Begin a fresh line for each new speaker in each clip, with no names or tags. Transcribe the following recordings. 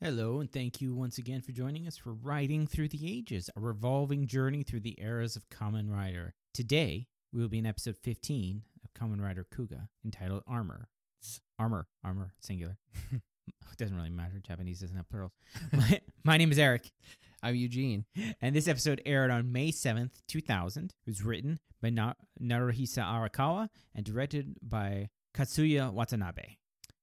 and thank you once again for joining us for Riding Through the Ages, a revolving journey through the eras of Common Rider. Today, we will be in episode 15 of Common Rider Kuga, entitled Armor. S- Armor, armor, singular. it doesn't really matter. Japanese doesn't have plurals. my, my name is Eric,
I'm Eugene.
and this episode aired on May 7th, 2000. It was written by Na- Naruhisa Arakawa and directed by Katsuya Watanabe.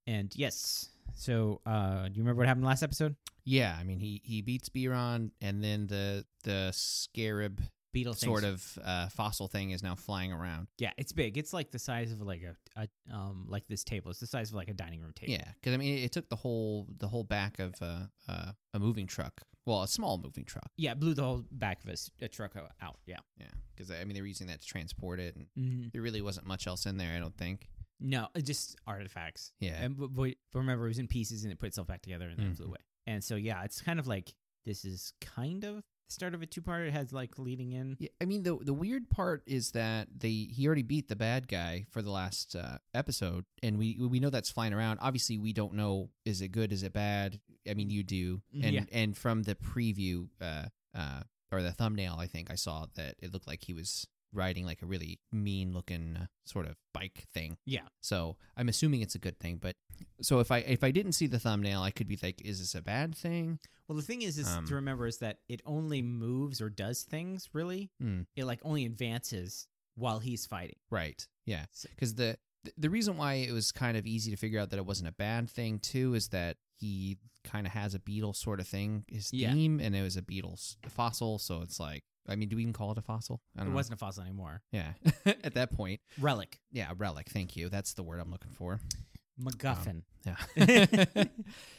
And yes, so uh, do you remember what happened last episode?
Yeah, I mean he he beats Biron, and then the the scarab
Beetle things.
sort of uh, fossil thing is now flying around.
Yeah, it's big. It's like the size of like a, a um like this table. It's the size of like a dining room table.
Yeah, because I mean it, it took the whole the whole back of uh, uh, a moving truck. Well, a small moving truck.
Yeah, it blew the whole back of a, s- a truck o- out. Yeah.
Yeah, because I mean they were using that to transport it, and
Mhm.
there really wasn't much else in there. I don't think.
No, it just artifacts.
Yeah.
And but, but but remember, it was in pieces and it put itself back together and then flew
Mhm.
away. And so yeah, it's kind of like this is kind of the start of a two part. It has like leading in.
Yeah, I mean the the weird part is that they he already beat the bad guy for the last uh, episode, and we we know that's flying around. Obviously, we don't know is it good, is it bad. I mean, you do, and
Mm-hmm. Yeah.
and from the preview uh, uh, or the thumbnail, I think I saw that it looked like he was riding like a really mean looking uh, sort of bike thing.
Yeah.
So I'm assuming it's a good thing, but so if I if I didn't see the thumbnail, I could be like, is this a bad thing?
Well, the thing is, is
Um,
to remember is that it only moves or does things really.
Hmm.
It like only advances while he's fighting.
Right. Yeah.
So-
Because the th- the reason why it was kind of easy to figure out that it wasn't a bad thing too is that he kind of has a beetle sort of thing his
Yeah.
theme, and it was a beetle's fossil, so it's like I mean, do we even call it a fossil? I
It
don't know.
wasn't a fossil anymore.
Yeah. At that point,
Relic,
yeah, a relic. Thank you. That's the word I'm looking for. Um.
MacGuffin.
Yeah.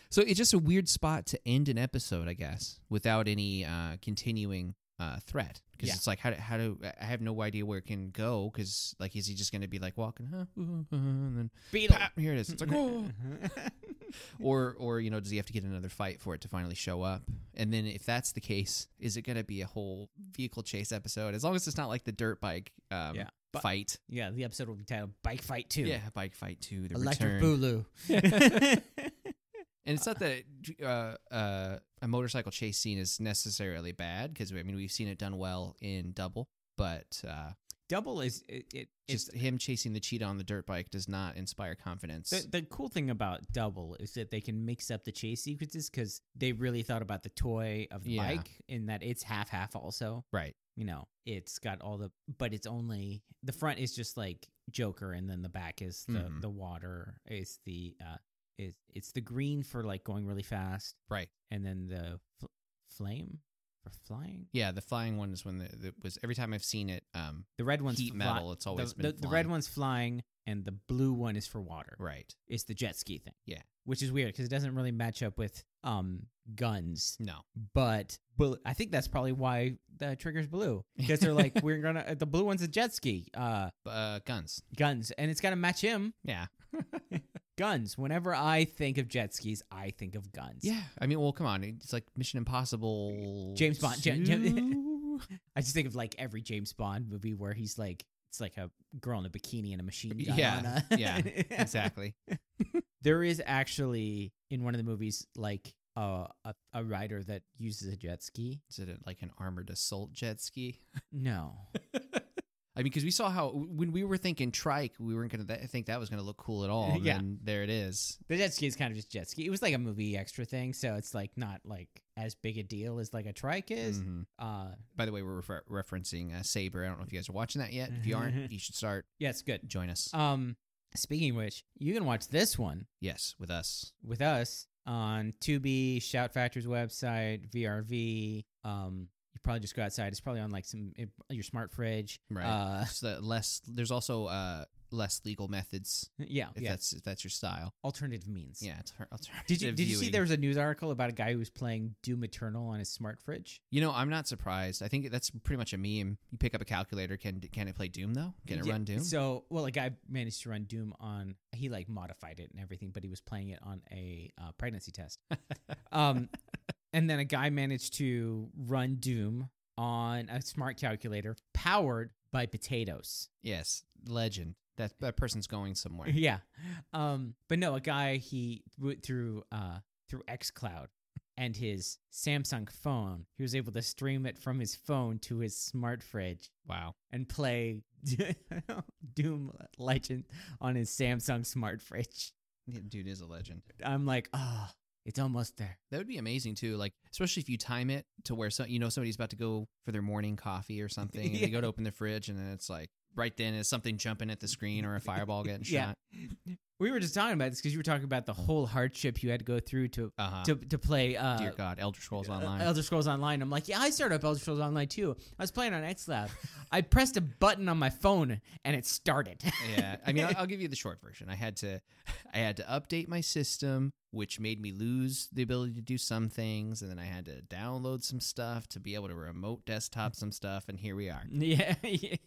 so it's just a weird spot to end an episode, I guess, without any uh, continuing uh, threat. Because
Yeah.
it's like, how do, how do I have no idea where it can go? Because like, is he just going to be like walking, huh, uh, uh, and then
Beetle.
pap, here it is. It's like, oh. or or you know, does he have to get another fight for it to finally show up? And then if that's the case, is it going to be a whole vehicle chase episode? As long as it's not like the dirt bike um,
Yeah. But-
fight,
yeah, the episode will be titled Bike Fight 2.
yeah, bike fight two, the
Electric
return.
Boogaloo.
And it's not that uh, uh, a motorcycle chase scene is necessarily bad because I mean we've seen it done well in Double, but uh,
Double is it, it
just him chasing the cheetah on the dirt bike does not inspire confidence.
The, the cool thing about Double is that they can mix up the chase sequences because they really thought about the toy of the
Yeah.
bike in that it's half half also.
right?
You know, it's got all the, but it's only the front is just like Joker, and then the back is the
Mhm.
the water is the uh is it's the green for like going really fast,
Right.
And then the fl- flame for flying.
Yeah, the flying one is when the, the was every time I've seen it. Um,
The red one's
heat
fly-
metal. It's always
the,
been
the, the red
flying.
one's flying, and the blue one is for water.
Right.
It's the jet ski thing.
Yeah.
Which is weird because it doesn't really match up with um guns,
No.
but bullet. I think that's probably why the trigger's blue because they're like we're gonna uh, the blue one's a jet ski, uh,
Uh, guns.
guns, and it's gotta match him.
Yeah.
Guns. Whenever I think of jet skis, I think of guns.
Yeah. I mean, well, come on. It's like Mission Impossible.
James Bond. Ja- Ja-
two?
I just think of like every James Bond movie where he's like it's like a girl in a bikini and a machine gun.
Yeah,
on a-
yeah, exactly.
There is actually in one of the movies like uh, a a rider that uses a jet ski.
Is it like an armored assault jet ski?
No.
I mean, because we saw how when we were thinking trike, we weren't gonna th- think that was gonna look cool at all. And
Yeah.
then there it is.
The jet ski is kind of just jet ski. It was like a movie extra thing, so it's like not like as big a deal as like a trike is.
Mhm.
Uh,
By the way, we're refer- referencing uh, Saber. I don't know if you guys are watching that yet. If you aren't, you should start.
yeah, it's good.
Join us.
Um, speaking of which, you can watch this one
yes, with us.
with us on Tubi, Shout Factor's website, VRV. Um, you probably just go outside. It's probably on like some it, your smart fridge.
Right.
Uh,
So that less. There's also uh, less legal methods.
yeah,
If
yeah.
that's if that's your style.
Alternative means.
Yeah. It's her- alternative
Did you did you see
viewing.
there was a news article about a guy who was playing Doom Eternal on his smart fridge?
You know, I'm not surprised. I think that's pretty much a meme. You pick up a calculator. Can can it play Doom though? Can it
Yeah,
run Doom?
So, well, a guy managed to run Doom on. He like modified it and everything, but he was playing it on a uh, pregnancy test. um, and then a guy managed to run Doom on a smart calculator powered by potatoes.
yes. Legend. That that person's going somewhere.
yeah. Um, but no, a guy he went through uh through XCloud and his Samsung phone. He was able to stream it from his phone to his smart fridge
Wow.
and play Doom Legend on his Samsung smart fridge.
Yeah, Dude is a legend.
I'm like, oh, it's almost there.
That would be amazing too. Like especially if you time it to where so you know somebody's about to go for their morning coffee or something, and they go to open the fridge, and then it's like right then is something jumping at the screen or a fireball getting
Yeah.
shot.
We were just talking about this because you were talking about the whole hardship you had to go through to
Uh huh.
to, to play uh,
Dear God, Elder Scrolls Online.
uh, Elder Scrolls Online. I'm like, yeah, I started up Elder Scrolls Online too. I was playing on XCloud. I pressed a button on my phone and it started.
yeah i mean I'll, I'll give you the short version i had to i had to update my system which made me lose the ability to do some things and then i had to download some stuff to be able to remote desktop some stuff and here we are
yeah, it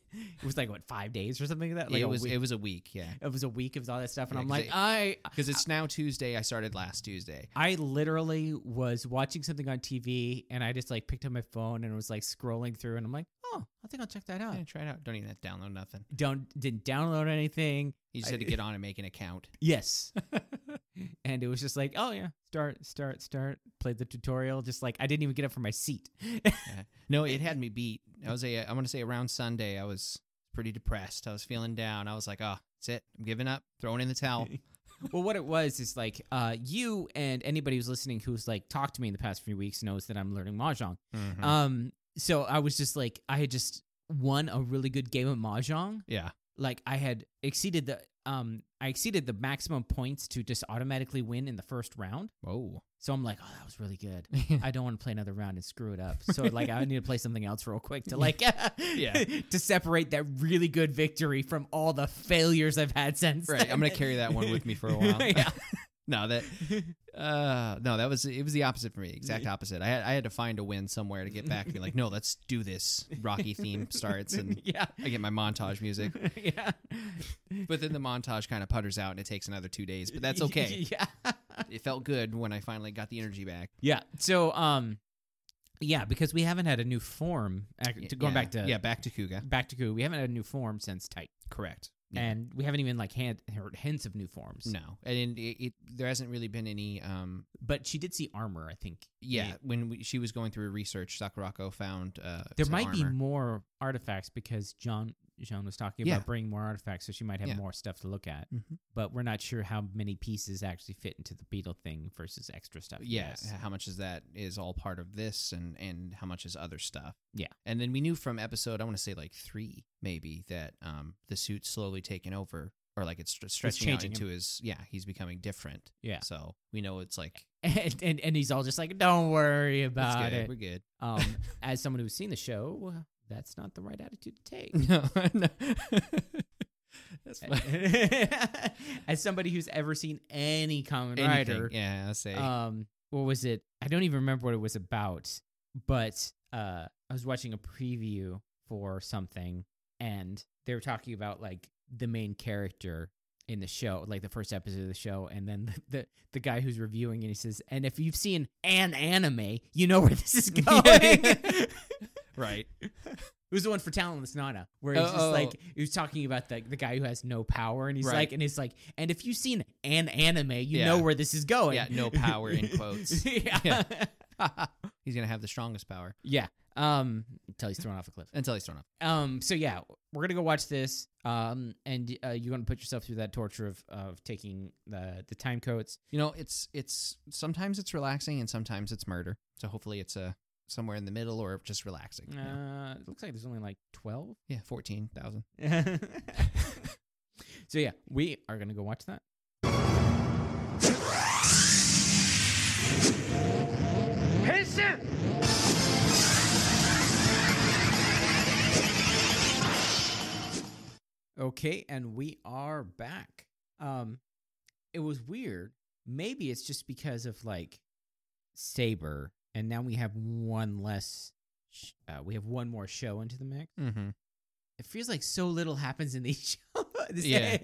was like what five days or something like that. Like
it
a
was
week.
it was a week yeah
It was a week of all that stuff, and
Yeah,
I'm
'cause
like,
it-
I
because it's now tuesday i started last tuesday
I literally was watching something on TV, and I just like picked up my phone and was like scrolling through, and I'm like, oh, I think I'll check that out.
yeah, try it out don't even have to download nothing
Don't didn't download anything.
you just had to get on and make an account
Yes. and it was just like, oh yeah, start, start, start. Played the tutorial. Just like I didn't even get up from my seat.
no it had me beat i was a i want to say around sunday i was pretty depressed i was feeling down i was like oh that's it i'm giving up throwing in the towel
well, what it was is like uh, you and anybody who's listening who's like talked to me in the past few weeks knows that I'm learning mahjong.
Mhm.
Um, so I was just like, I had just won a really good game of mahjong.
yeah
Like I had exceeded the um, I exceeded the maximum points to just automatically win in the first round.
whoa
So I'm like, oh, that was really good. I don't want to play another round and screw it up. So like I need to play something else real quick to like
Yeah.
to separate that really good victory from all the failures I've had since.
Right. I'm gonna
then.
carry that one with me for a while.
yeah.
No, that uh no, that was it was the opposite for me. Exact opposite. I had I had to find a win somewhere to get back to be like, no, let's do this. Rocky theme starts and
yeah.
I get my montage music.
yeah.
But then the montage kind of putters out and it takes another two days. But that's okay.
Yeah.
It felt good when I finally got the energy back.
Yeah. So um yeah, because we haven't had a new form ac- to going
Yeah.
back to
Yeah, back to Kuga.
back to Goo, we haven't had a new form since Tight.
Correct.
And we haven't even like hand, heard hints of new forms.
No. And it, it there hasn't really been any um
But she did see armor, I think.
yeah,
Yeah.
when we, she was going through research, Sakurako found uh
There
some
might be
armor.
more artifacts because John John was talking
Yeah.
about bringing more artifacts, so she might have
Yeah.
more stuff to look at.
Mhm.
But we're not sure how many pieces actually fit into the beetle thing versus extra stuff.
Uh, yeah
Yes.
how much is that is all part of this and and how much is other stuff
Yeah.
and then we knew from episode i want to say like three maybe that um the suit's slowly taking over or like it's stre- stretching out
changing
into his yeah he's becoming different
Yeah.
so we know it's like
And, and and he's all just like, Don't worry
it's
about
good,
it.
we're good
Um, as someone who's seen the show, that's not the right attitude to take.
no, no. that's fine.
as somebody who's ever seen any common
Anything.
writer,
yeah i say
um, what was it? I don't even remember what it was about, but uh, I was watching a preview for something, and they were talking about like the main character in the show, like the first episode of the show, and then the the, the guy who's reviewing it, he says, "And if you've seen an anime, you know where this is going."
right
It was the one for Talentless Nana, where he's
Oh,
just
oh.
like he was talking about the the guy who has no power, and he's
Right.
like, and he's like, and if you've seen an anime, you
Yeah.
know where this is going.
Yeah, no power in quotes.
yeah,
Yeah. he's gonna have the strongest power
yeah. Um, until he's thrown off a cliff.
until he's thrown off
Um, so yeah, we're gonna go watch this. Um, and uh, you're gonna put yourself through that torture of of taking the the time codes.
You know, it's it's sometimes it's relaxing and sometimes it's murder. So hopefully it's a somewhere in the middle or just relaxing. you know?
Uh, it looks like there's only like twelve.
Yeah, fourteen thousand.
so yeah, we are gonna go watch that. Okay, and we are back. Um, it was weird. Maybe it's just because of like Saber, and now we have one less. Sh- uh, we have one more show into the mix
Mm-hmm.
it feels like so little happens in these shows.
Yeah.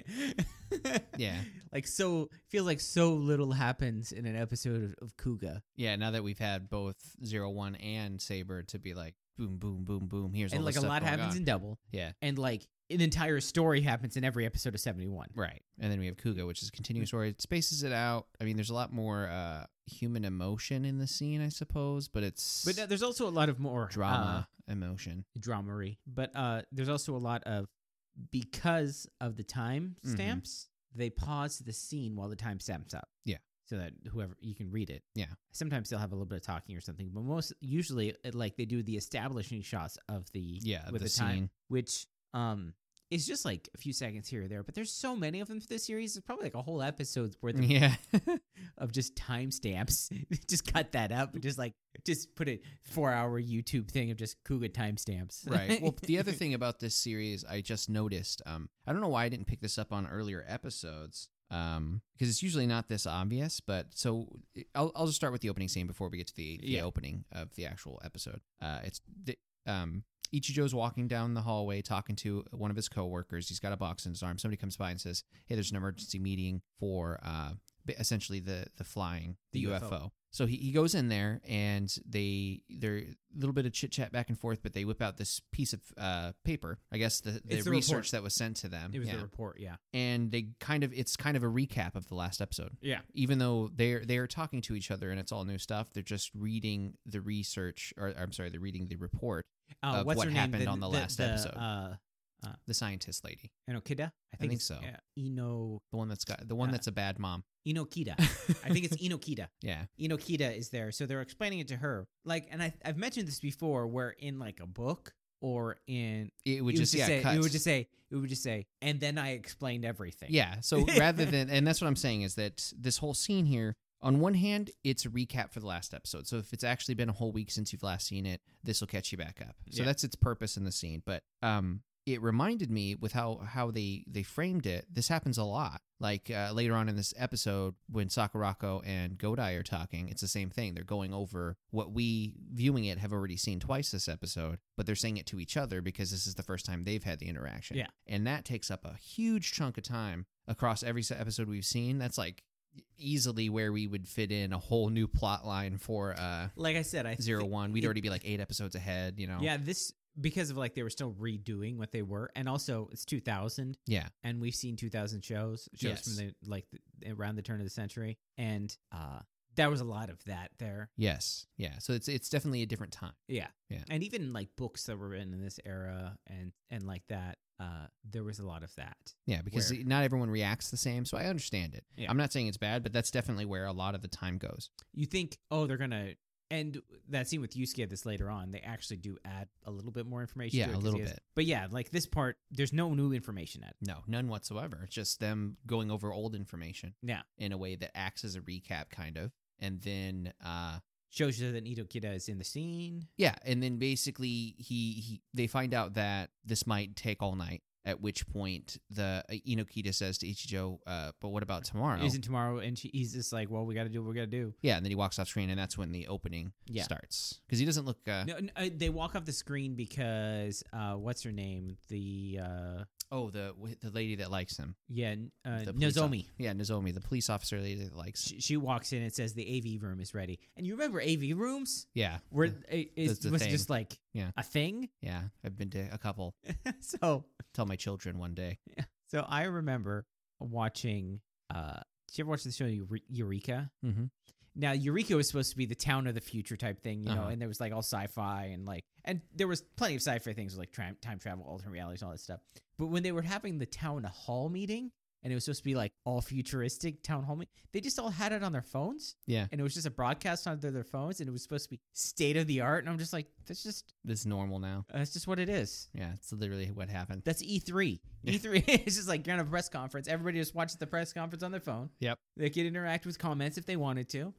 Yeah.
like so feels like so little happens in an episode of, of Kuga.
Yeah, now that we've had both Zero One and Saber to be like boom, boom, boom, boom. Here's
and
all
like
this
a
stuff
lot
going
happens
on.
in double.
yeah,
And like an entire story happens in every episode of 71.
right. And then we have Kuga, which is a continuous story. It spaces it out. I mean, there's a lot more uh, human emotion in the scene, I suppose, but it's
But uh, there's also a lot of more uh,
drama emotion.
dramery. But uh, there's also a lot of because of the time
Mhm.
stamps, they pause the scene while the time stamps up.
Yeah.
So that whoever you can read it.
Yeah.
Sometimes they'll have a little bit of talking or something, but most usually it, like they do the establishing shots of the
Yeah,
with
the,
the,
scene.
time, which um is just like a few seconds here or there. But there's so many of them for this series. It's probably like a whole episode's worth of,
Yeah,
of just timestamps. just cut that up. and Just like just put a four hour YouTube thing of just Kuga timestamps.
right. Well, the other thing about this series, I just noticed. Um, I don't know why I didn't pick this up on earlier episodes. Um, because it's usually not this obvious. But so I'll I'll just start with the opening scene before we get to the, the
Yeah.
opening of the actual episode. Uh, it's the um. Ichijo's walking down the hallway talking to one of his coworkers. He's got a box in his arm. Somebody comes by and says, "Hey, there's an emergency meeting for uh, ba- essentially the the flying the,
The
UFO.
UFO.
So he, he goes in there and they they're a little bit of chit chat back and forth, but they whip out this piece of uh, paper. I guess the, the,
It's the
research
report.
that was sent to them.
It was
yeah.
the report, yeah.
and they kind of it's kind of a recap of the last episode.
Yeah.
Even though they're they're talking to each other and it's all new stuff, they're just reading the research or I'm sorry, they're reading the report.
Uh,
Of
what's
what
her name?
happened on the last episode.
Uh,
The scientist lady.
Enokida? I
think
it's,
so.
Uh, Ino
The one that's got the one
Uh,
that's a bad mom.
Inokida. I think it's Inokida.
Yeah.
Inokida is there, so they're explaining it to her. Like, and I, I've mentioned this before, where in like a book or in
It would
it
just, yeah,
say,
cuts.
it would just say, it would just say, and then I explained everything.
Yeah. So rather than, and that's what I'm saying is that this whole scene here, on one hand, it's a recap for the last episode. So if it's actually been a whole week since you've last seen it, this will catch you back up. So
Yeah.
that's its purpose in the scene. But um, it reminded me with how how they they framed it. This happens a lot. Like uh, later on in this episode, when Sakurako and Godai are talking, it's the same thing. They're going over what we viewing it have already seen twice this episode, but they're saying it to each other because this is the first time they've had the interaction.
Yeah.
and that takes up a huge chunk of time across every se- episode we've seen. That's like easily where we would fit in a whole new plot line for uh
Like I said, I
zero
thi-
one. We'd
it-
already be like eight episodes ahead. You know.
Yeah, this because of like they were still redoing what they were, and also it's 2000,
Yeah.
and we've seen 2000 shows shows
Yes.
from the like the, around the turn of the century, and uh, there was a lot of that there.
Yes. Yeah. So it's it's definitely a different time.
Yeah.
Yeah.
And even like books that were written in this era and and like that, uh, there was a lot of that.
Yeah, because
Where-
not everyone reacts the same, so I understand it.
Yeah.
I'm not saying it's bad, but that's definitely where a lot of the time goes.
You think, oh, they're gonna and that scene with Yusuke had this later on, they actually do add a little bit more information.
Yeah,
to it
a
'cause
little
he has-
bit.
But yeah, like this part, there's no new information at
No, none whatsoever. It's just them going over old information.
Yeah.
In a way that acts as a recap kind of. And then uh
shows you that Nito Kida is in the scene.
yeah, and then basically he, he they find out that this might take all night. At which point, the uh, Inokita says to Ichijo, uh, "But what about tomorrow?"
Isn't tomorrow and she, he's just like, Well, we gotta do what we gotta do.
yeah, and then he walks off screen, and that's when the opening
Yeah.
starts because he doesn't look. Uh,
No, n- uh, they walk off the screen because uh, what's her name? The uh,
Oh, the the lady that likes him,
yeah, n- uh,
The police
Nozomi.
yeah, Nozomi, the police officer lady that likes.
she, she walks in and says the AV room is ready. And you remember AV rooms
Yeah,
were it,
That's
it
the
was
thing.
just like
Yeah.
a thing.
Yeah, I've been to a couple.
so
Tell my children one day.
so I remember watching. uh Did you ever watch the show Eure- Eureka?
Mhm.
Now Eureka was supposed to be the town of the future type thing, you know,
Uh-huh.
and there was like all sci-fi and like, and there was plenty of sci-fi things like tra- time travel, alternate realities, all that stuff. But when they were having the town hall meeting, and it was supposed to be like all futuristic town hall meeting, they just all had it on their phones.
Yeah,
and it was just a broadcast on their, their phones and it was supposed to be state of the art and i'm just like that's just
it's normal now.
that's just what it is
Yeah, it's literally what happened.
that's E e3
Yeah.
e3 it's just like you're on a press conference everybody just watches the press conference on their phone
Yep.
they could interact with comments if they wanted to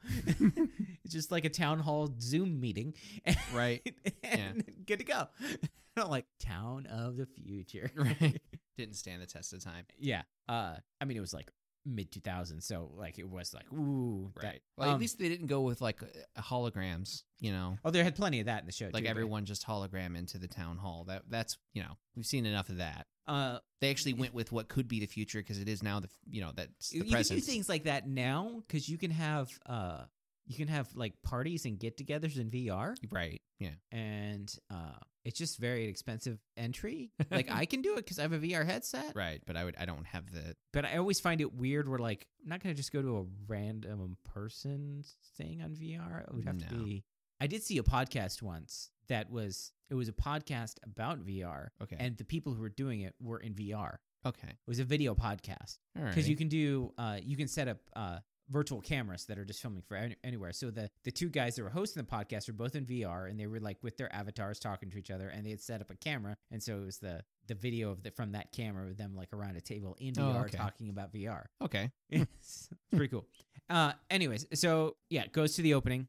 it's just like a town hall zoom meeting and,
Right.
and good to go i'm like town of the future
Right. Didn't stand the test of time.
yeah uh i mean it was like mid 2000s. So like it was like ooh that-
Right. Well, at
um,
least they didn't go with like uh, holograms, you know,
oh, there had plenty of that in the show. too,
like
but-
everyone just hologram into the town hall. That that's you know we've seen enough of that.
Uh,
They actually went with what could be the future because it is now the f- you know that's the
you
present.
can do things like that now because you can have uh you can have like parties and get-togethers in VR,
right? Yeah.
and uh, it's just very expensive entry. like I can do it because I have a VR headset,
Right. But I would I don't have the
but I always find it weird. We're like, I'm not gonna just go to a random person thing on VR. It would have to
No.
be. I did see a podcast once that was it was a podcast about VR,
okay
and the people who were doing it were in VR. It
okay
was a video podcast
all right
because you can do uh, you can set up uh, virtual cameras that are just filming for any- anywhere. So the the two guys that were hosting the podcast were both in VR and they were like with their avatars talking to each other, and they had set up a camera, and so it was the the video of the, from that camera with them like around a table in
Oh,
VR
okay.
talking about VR.
okay
it's pretty cool. Uh, anyways, so yeah, it goes to the opening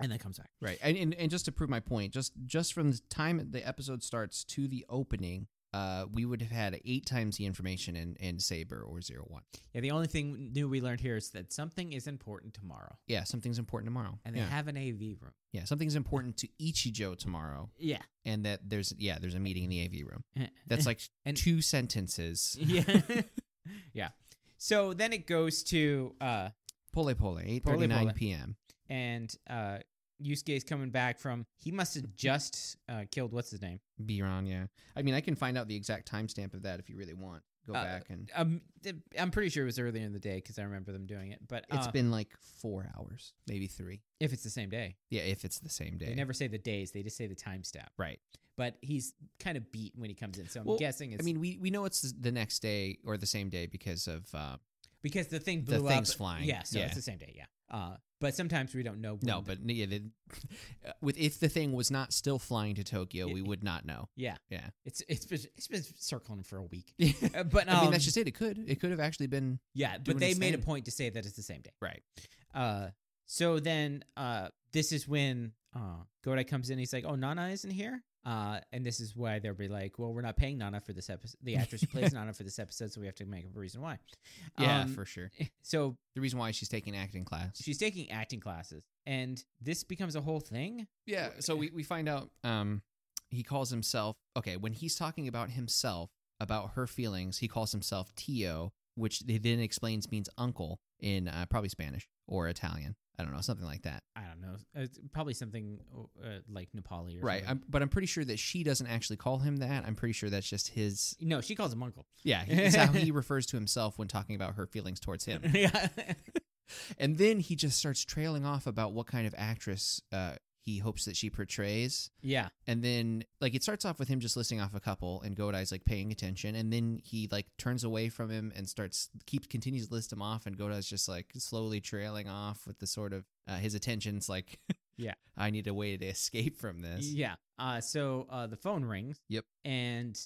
and then comes back.
right and, and and just to prove my point just just from the time the episode starts to the opening uh we would have had eight times the information in in saber or zero one
Yeah, the only thing new we learned here is that something is important tomorrow,
yeah something's important tomorrow
and they
yeah.
have an AV room.
yeah something's important to ichijo tomorrow
Yeah,
and that there's yeah there's a meeting in the av room
Eh,
that's like
And-
two sentences
yeah, yeah. So then it goes to uh,
pole pole 8
Pole.
39 p.m
and uh, Yusuke's coming back from he must
Mm-hmm.
have just uh, killed what's his name.
Biron, yeah i mean i can find out the exact timestamp of that if you really want go
Uh,
back and
Um, th- I'm pretty sure it was earlier in the day because I remember them doing it. But uh,
it's been like four hours maybe three
if it's the same day,
Yeah, if it's the same day.
they never say the days; they just say the time step.
right.
but he's kind of beat when he comes in. So I'm
Well,
guessing it's
I mean, we we know it's the next day or the same day because of uh,
because the thing
the
blew up.
things flying.
Yeah, so
yeah.
it's the same day. Yeah, uh, but sometimes we don't know.
no,
when the-
but yeah, the, with if the thing was not still flying to Tokyo, we would not know.
yeah,
Yeah.
it's it's been it's been circling for a week. Uh,
I
but um,
mean, that's just it. It could it could have actually been
yeah. But
doing
they
its
made a
thing.
point to say that it's the same day.
right.
Uh, so then uh, this is when uh, Godai comes in. He's like, "Oh, Nana isn't here." Uh, and this is why they'll be like, "Well, we're not paying Nana for this episode. The actress who plays Nana for this episode, so we have to make up a reason why."
Yeah,
Um,
for sure.
so
The reason why she's taking acting class.
she's taking acting classes, and this becomes a whole thing.
yeah. So we we find out um he calls himself okay when he's talking about himself about her feelings. He calls himself Tio, which they then explains means uncle in uh, probably Spanish or Italian. I don't know something like that.
I don't know. It's probably something uh, like Nepali or
Right.
something.
I'm, but I'm pretty sure that she doesn't actually call him that. I'm pretty sure that's just his.
no, she calls him uncle.
Yeah. He, it's how he refers to himself when talking about her feelings towards him.
yeah.
And then he just starts trailing off about what kind of actress uh, he hopes that she portrays.
yeah.
And then, like, it starts off with him just listing off a couple, and Godai's like paying attention. And then he like turns away from him and starts keeps continues to list him off. And Godai's just like slowly trailing off with the sort of uh, his attention's like,
Yeah.
I need a way to escape from this.
Yeah. Uh, so uh, the phone rings.
Yep.
And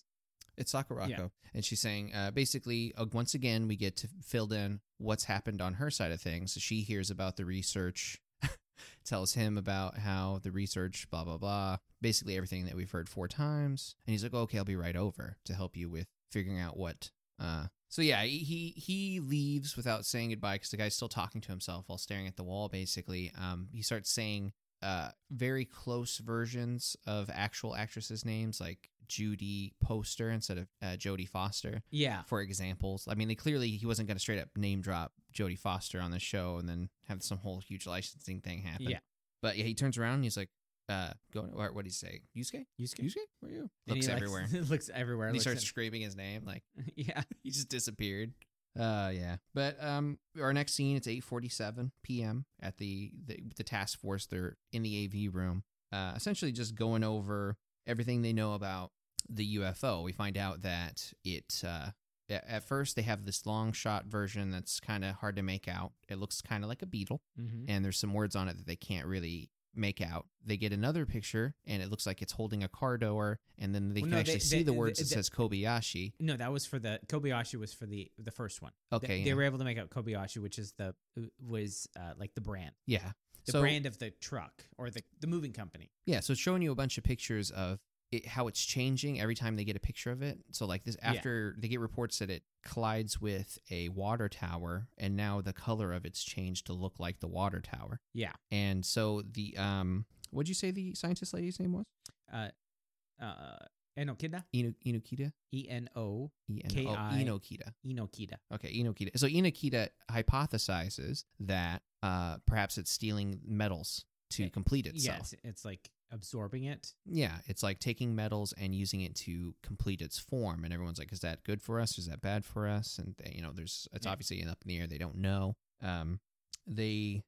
It's Sakurako. And she's saying, uh, basically, uh, once again, we get to filled in what's happened on her side of things. She hears about the research, tells him about how the research, blah, blah, blah. Basically, everything that we've heard four times. And he's like, "Oh, okay, I'll be right over to help you with figuring out what. Uh, so yeah, he he leaves without saying goodbye because the guy's still talking to himself while staring at the wall. Basically, um, he starts saying uh, very close versions of actual actresses' names, like Judy Poster instead of uh, Jodie Foster,
yeah.
for examples. I mean, they clearly he wasn't going to straight up name drop Jodie Foster on the show and then have some whole huge licensing thing happen.
Yeah.
but yeah, he turns around and he's like, uh, going. What did he say? Yusuke?
Yusuke.
Yusuke? Where are you?
And he,
Looks
like,
everywhere.
looks everywhere.
and he
looks
starts
in-
screaming his name like
yeah.
he just disappeared. Uh yeah. But um our next scene it's 8:47 p.m. at the, the the task force they're in the AV room. Uh essentially just going over everything they know about the UFO. We find out that it uh a- at first they have this long shot version that's kind of hard to make out. It looks kind of like a beetle
hmm
and there's some words on it that they can't really make out. They get another picture and it looks like it's holding a car door and then they
Well,
can
no, they-
actually see
they-
the
they-
words that
they-
says Kobayashi.
No, that was for the Kobayashi was for the the first one. They-
Okay.
They,
yeah.
were able to make out Kobayashi, which is the was uh, like the brand,
Yeah.
the brand of the truck or the the moving company.
yeah, so it's showing you a bunch of pictures of it, how it's changing every time they get a picture of it. So like this,
Yeah.
after they get reports that it collides with a water tower, and now the color of it's changed to look like the water tower.
Yeah.
And so the um, what'd you say the scientist lady's name was?
Uh, uh, Enokida.
Ino- Inokita.
E N O
E N-
K
oh,
I-
Inokita.
Enokida.
Okay, Inokita. So Inokita hypothesizes that uh, perhaps it's stealing metals to
Eh,
complete
yeah,
itself.
it's, it's like absorbing it.
Yeah, it's like taking metals and using it to complete its form. And everyone's like, is that good for us? Is that bad for us? And, they, you know, there's, it's
Yeah.
obviously up in the air. They don't know. Um, they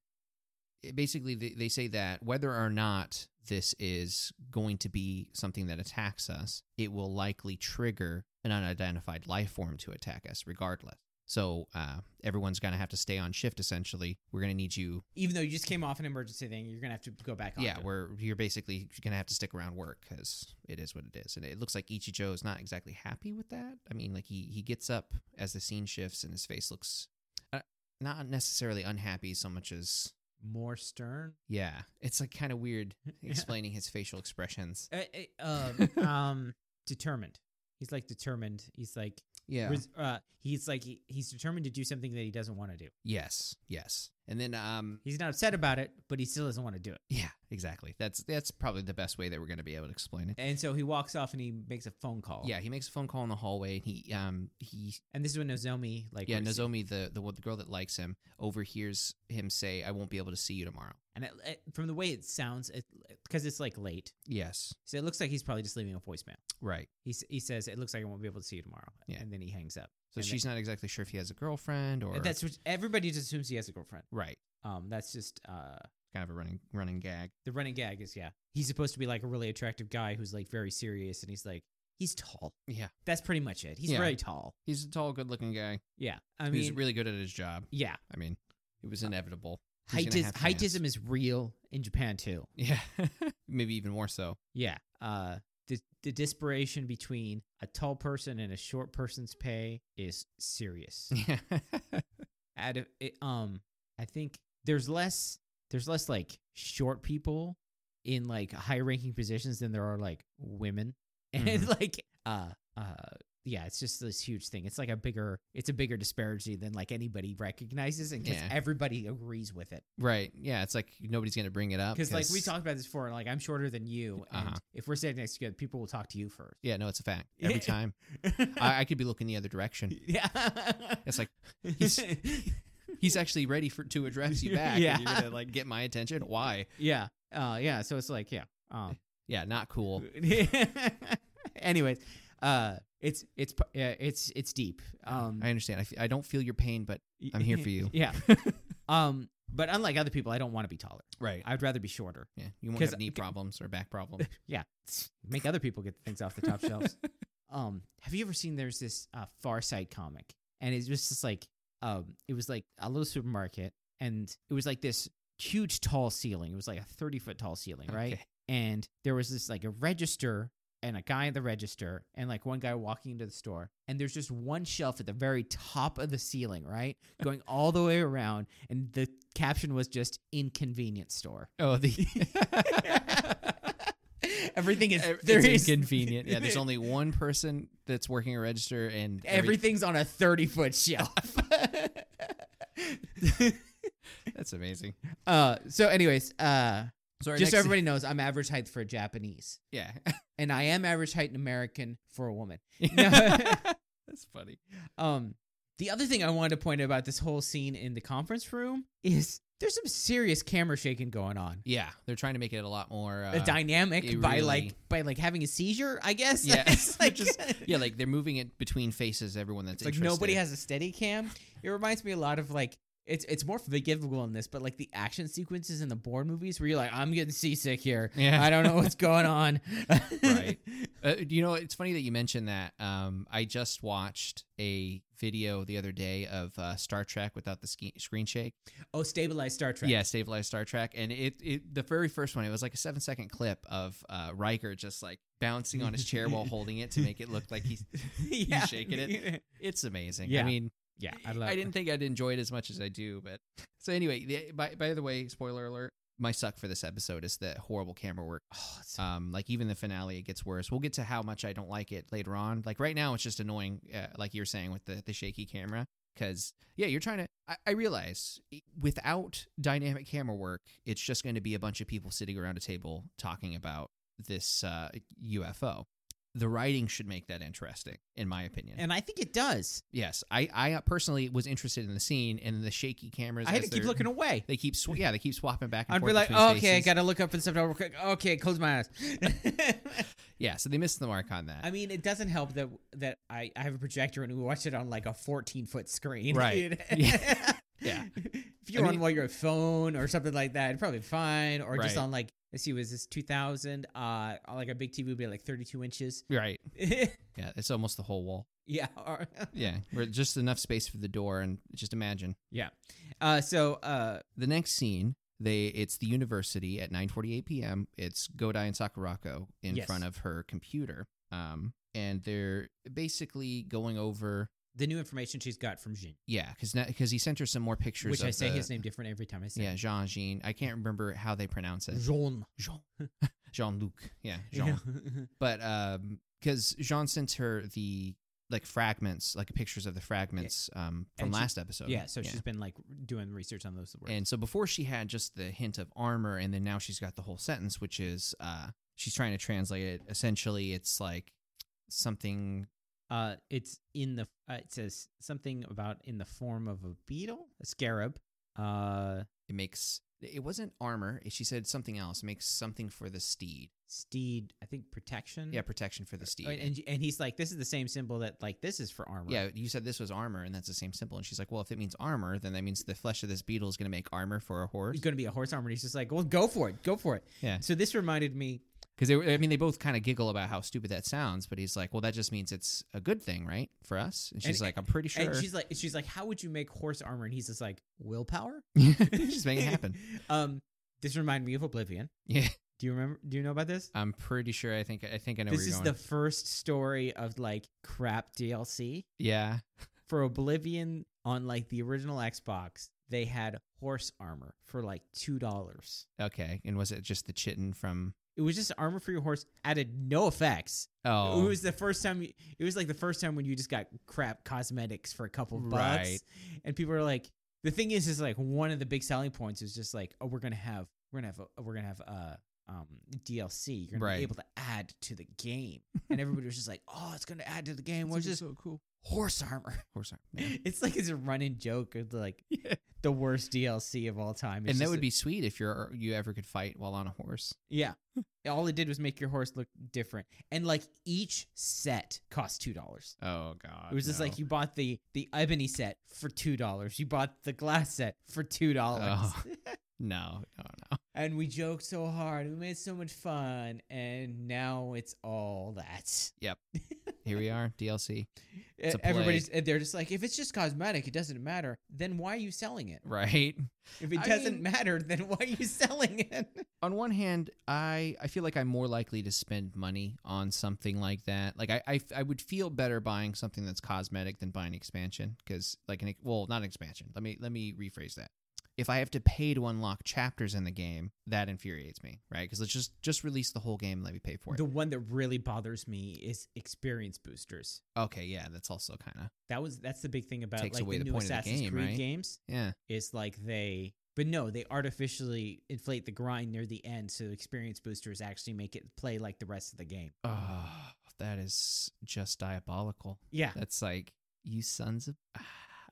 it- basically, they, they say that whether or not this is going to be something that attacks us, it will likely trigger an unidentified life form to attack us regardless. So uh, everyone's going to have to stay on shift essentially. We're going to need you
Even though you just came off an emergency thing, you're gonna have to go back on.
yeah, where you're basically going to have to stick around work because it is what it is. And it looks like Ichijo is not exactly happy with that. I mean, like he, he gets up as the scene shifts and his face looks uh, not necessarily unhappy so much as,
more stern.
yeah, it's like kind of weird
Yeah.
explaining his facial expressions.
Uh, uh, um, um, determined. He's like determined. He's like
Yeah.
res- uh, he's like he, he's determined to do something that he doesn't want to do.
yes. Yes. And then, um,
He's not upset about it, but he still doesn't want to do it.
yeah, exactly. That's that's probably the best way that we're going to be able to explain it.
And so he walks off and he makes a phone call.
Yeah, he makes a phone call in the hallway and he um he
And this is when Nozomi like
yeah
rece-
Nozomi the the one- the girl that likes him overhears him say I won't be able to see you tomorrow.
And it, it, from the way it sounds, because it's like late,
Yes.
so it looks like he's probably just leaving a voicemail.
Right.
He s- he says it looks like I won't be able to see you tomorrow.
Yeah.
And then he hangs up.
So
And
she's not exactly sure if he has a girlfriend or
And that's what everybody just assumes he has a girlfriend.
right.
Um, that's just uh
Kind of a running running gag.
the running gag is yeah. He's supposed to be like a really attractive guy who's like very serious, and he's like he's tall.
Yeah.
That's pretty much it. He's
Yeah.
very tall.
He's a tall, good looking guy.
Yeah. I
He's
mean,
really good at his job.
yeah.
I mean, it was inevitable. He's gonna
Heightis-
have fans.
heightism is real in Japan too.
Yeah. Maybe even more so.
Yeah. Uh, the the disparation between a tall person and a short person's pay is serious.
Yeah.
Out of it, um, I think there's less there's less like short people in like high ranking positions than there are like women and
Mm-hmm.
like uh uh yeah it's just this huge thing it's like a bigger it's a bigger disparity than like anybody recognizes and 'cause
Yeah.
everybody agrees with it
right. Yeah. It's like nobody's gonna bring it up
because like we talked about this before like i'm shorter than you and
Uh-huh.
if we're sitting next to you people will talk to you first
Yeah. No, it's a fact. Every time I, I could be looking the other direction.
yeah.
It's like he's- he's actually ready for to address you back. and
Yeah.
you're gonna like get my attention. Why?
yeah. Uh, yeah. So it's like, yeah. Um,
Yeah. Not cool.
anyways, uh, it's, it's, pu- yeah, it's, it's deep. Um,
I understand. I, f- I don't feel your pain, but I'm here for you.
Yeah. Um, but unlike other people, I don't want to be taller.
right.
I'd rather be shorter.
Yeah, you won't
'Cause-
have knee problems or back problems.
Yeah. Make other people get things off the top shelves. Um, have you ever seen there's this uh, Far Side comic, and it was just like, um, it was like a little supermarket, and it was like this huge tall ceiling. It was like a thirty foot tall ceiling, right?
Okay.
and there was this like a register and a guy at the register and like one guy walking into the store and there's just one shelf at the very top of the ceiling right going all the way around and the caption was just inconvenience store
Oh, the
everything is
Ev-
there
it's
is
inconvenient. Yeah, there's only one person that's working a register, and every-
everything's on a 30 foot shelf
that's amazing.
uh so anyways uh
So our
just so
next-
everybody knows i'm average height for a japanese
yeah,
and i am average height in american for a woman
that's funny.
Um, the other thing I wanted to point out about this whole scene in the conference room is there's some serious camera shaking going on.
Yeah, they're trying to make it a lot more uh,
A dynamic
it
by
really-
like by like having a seizure, I guess.
Yeah.
it's like,
Just- Yeah, like they're moving it between faces. Everyone that's
it's like nobody
interested.
has a steady cam. It reminds me a lot of like it's it's more forgivable in this, but like the action sequences in the Bourne movies where you're like, I'm getting seasick here.
Yeah.
I don't know what's going on.
Right. Uh, you know, it's funny that you mentioned that. Um, I just watched a video the other day of uh, Star Trek without the ski- screen shake.
Oh, stabilize Star Trek.
Yeah, stabilized Star Trek, and it, it the very first one. It was like a seven second clip of uh, Riker just like bouncing on his chair while holding it to make it look like he's.
yeah.
shaking it. It's amazing. I
Yeah.
mean,
Yeah, I love
didn't think I'd enjoy it as much as I do, but so anyway. The, by by the way, spoiler alert. my suck for this episode is the horrible camera work.
Oh, it's so
Um, like even the finale, it gets worse. We'll get to how much I don't like it later on. Like right now, it's just annoying. Uh, like you were saying with the the shaky camera, because yeah, you're trying to. I, I realize i- without dynamic camera work, it's just going to be a bunch of people sitting around a table talking about this uh, UFO. The writing should make that interesting, in my opinion.
And I think it does.
yes, I I uh, personally was interested in the scene and the shaky cameras.
I had
as
to keep
they're-
looking away.
They keep sw- yeah, they keep swapping back and
I'd
forth.
be like,
between
oh, okay, I
stations.
gotta look up and stuff real quick. Okay, close my eyes.
Yeah, so they missed the mark on that.
I mean, it doesn't help that that I, I have a projector and we watch it on like a 14 foot screen.
Right.
yeah.
Yeah.
If you're
I
on
mean-
like your phone or something like that, it'd probably be fine. Or just
Right.
on like, let's see, was this 2000? Uh, like a big TV would be like 32 inches.
right. Yeah, it's almost the whole wall.
yeah. Or,
Yeah, where just enough space for the door, and just imagine
yeah. Uh, so, uh,
the next scene. They it's the university at 9:48 p.m. It's Godai and Sakurako in
Yes.
front of her computer, um, and they're basically going over.
the new information she's got from Jin,
Yeah, because because he sent her some more pictures.
which
of
I say
the-
his name different every time I say
Yeah, Jean Jean. I can't remember how they pronounce it.
it. Jean.
Jean Jean Luc. Yeah, Jean. but um because jean sent her the like fragments like pictures of the fragments um from
And she-
last episode
yeah. So she's been like doing research on those words.
and so before she had just the hint of armor and then now she's got the whole sentence which is uh she's trying to translate it essentially it's like something
Uh, it's in the. Uh, it says something about in the form of a beetle, a scarab. Uh,
it makes it wasn't armor she said something else it makes something for the steed
steed. I think protection.
yeah protection for the steed
Hmm. Uh, And and he's like, this is the same symbol that like this is for armor.
yeah, you said this was armor, and that's the same symbol. And she's like, "Well, if it means armor, then that means the flesh of this beetle is going to make armor for a horse."
It's going to be a horse armor. And he's just like, well, go for it, go for it.
Yeah.
So this reminded me.
Because they, were- I mean, they both kind of giggle about how stupid that sounds, but he's like, "Well, that just means it's a good thing, right, for us?" And she's
And-
like, "I'm pretty sure."
And she's like, she's like, how would you make horse armor? And he's just like, willpower.
just make it happen.
um, this reminded me of Oblivion.
Yeah,
Do you remember? Do you know about this?
I'm pretty sure. I think. I think I know
This
where you're
is the
going.
first story of like crap DLC.
yeah,
for Oblivion on like the original Xbox, they had horse armor for like two dollars.
okay. And was it just the chitin from?
It was just armor for your horse, added no effects.
Oh,
It was the first time. You, it was like the first time when you just got crap cosmetics for a couple bucks,
Right.
and people are like, the thing is, is like one of the big selling points is just like, oh, we're gonna have, we're gonna have, a, we're gonna have uh um DLC. You're gonna
Right.
be able to add to the game, and everybody was just like, oh, it's gonna add to the game. What's this
so cool.
horse armor?
Horse armor. Yeah.
it's like it's a running joke of like
Yeah.
the worst DLC of all time. It's
And that
just
would
a-
be sweet if you're you ever could fight while on a horse.
yeah. all it did was make your horse look different, and like each set cost two dollars.
Oh God,
It was just
no.
like you bought the the ebony set for two dollars. You bought the glass set for two dollars.
Oh. No, no, no.
and we joked so hard. We made so much fun, and now it's all that.
Here we are, DLC.
E-
a
Everybody's they're just like, if it's just cosmetic, it doesn't matter. Then why are you selling it?
Right.
If it
I
doesn't
mean-
matter, then why are you selling it?
on one hand, I I feel like I'm more likely to spend money on something like that. Like I I, I would feel better buying something that's cosmetic than buying an expansion because like an ex- well not an expansion. Let me let me rephrase that. If I have to pay to unlock chapters in the game, that infuriates me, right? Because let's just just release the whole game and let me pay for it.
The one that really bothers me is experience boosters.
okay, yeah, that's also kind of
That was that's the big thing about
Takes
like
away
the
the
new
point of the
Assassin's
game,
Creed
right?
games
yeah.
is like they but no, they artificially inflate the grind near the end so experience boosters actually make it play like the rest of the game.
Oh, that is just diabolical.
Yeah.
That's like you sons of.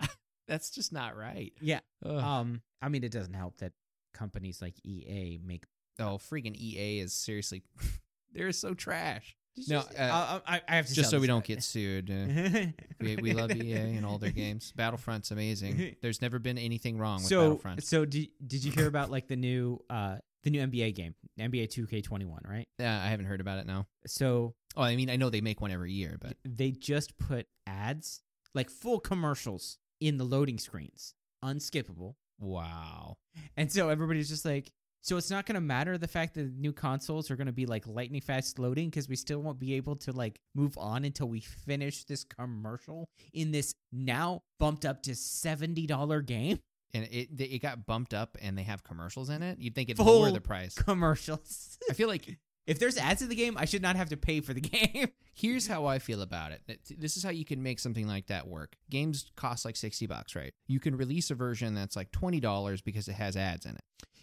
that's just not right.
Yeah.
Ugh.
Um I mean it doesn't help that companies like EA make
Oh, freaking EA is seriously. They're so trash. No,
Just-
uh,
I, I, I have to
Just
sell
so we
this,
don't
but-
get sued. uh, we, we love EA and all their games. Battlefront's amazing. There's never been anything wrong with
So
Battlefront.
so did, did you hear about like the new uh the new NBA game, NBA 2K21, right?
Uh, I haven't heard about it now.
So
Oh, I mean, I know they make one every year, but
they just put ads like full commercials in the loading screens unskippable
wow.
and so everybody's just like so it's not going to matter the fact that new consoles are going to be like lightning fast loading because we still won't be able to like move on until we finish this commercial in this now bumped up to $70 game
and it they- it got bumped up, and they have commercials in it. You'd think it'd
Full
lower the price.
Commercials.
I feel like
if there's ads in the game, I should not have to pay for the game.
here's how I feel about it. That- This is how you can make something like that work. Games cost like sixty bucks, right? You can release a version that's like twenty dollars because it has ads in it.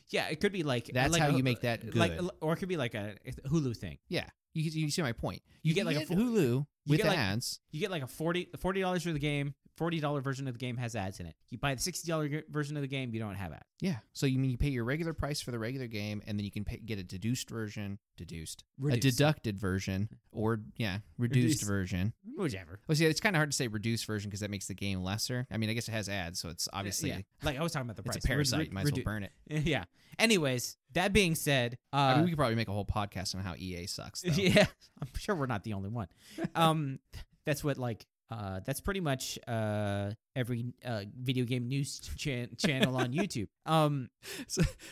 yeah, it could be like
That's
like
how
a-
you make that good.
Like, or it could be like a Hulu thing.
you, you see my point. You,
get,
can
like, a full-
Hulu with
get, like-
ads.
You get like a 40 dollars for the game. Forty dollar version of the game has ads in it. You buy the sixty dollar version of the game, you don't have ads.
Yeah. So you mean you pay your regular price for the regular game, and then you can pay, get a deduced version, deduced, a
Reduced.
deducted version, or yeah,
Reduced.
reduced, version.
Whichever.
Well, see, it's kind of hard to say reduced version because that makes the game lesser. I mean, I guess it has ads, so it's obviously
Yeah. Like I was talking about the
it's
price.
a parasite.
Redu-
you might as well
redu-
burn it.
Yeah. Anyways, that being said, uh,
I mean, we could probably make a whole podcast on how EA sucks. Though.
yeah, I'm sure we're not the only one. Um, that's what like uh, that's pretty much uh every uh video game news chan- channel on YouTube. Um,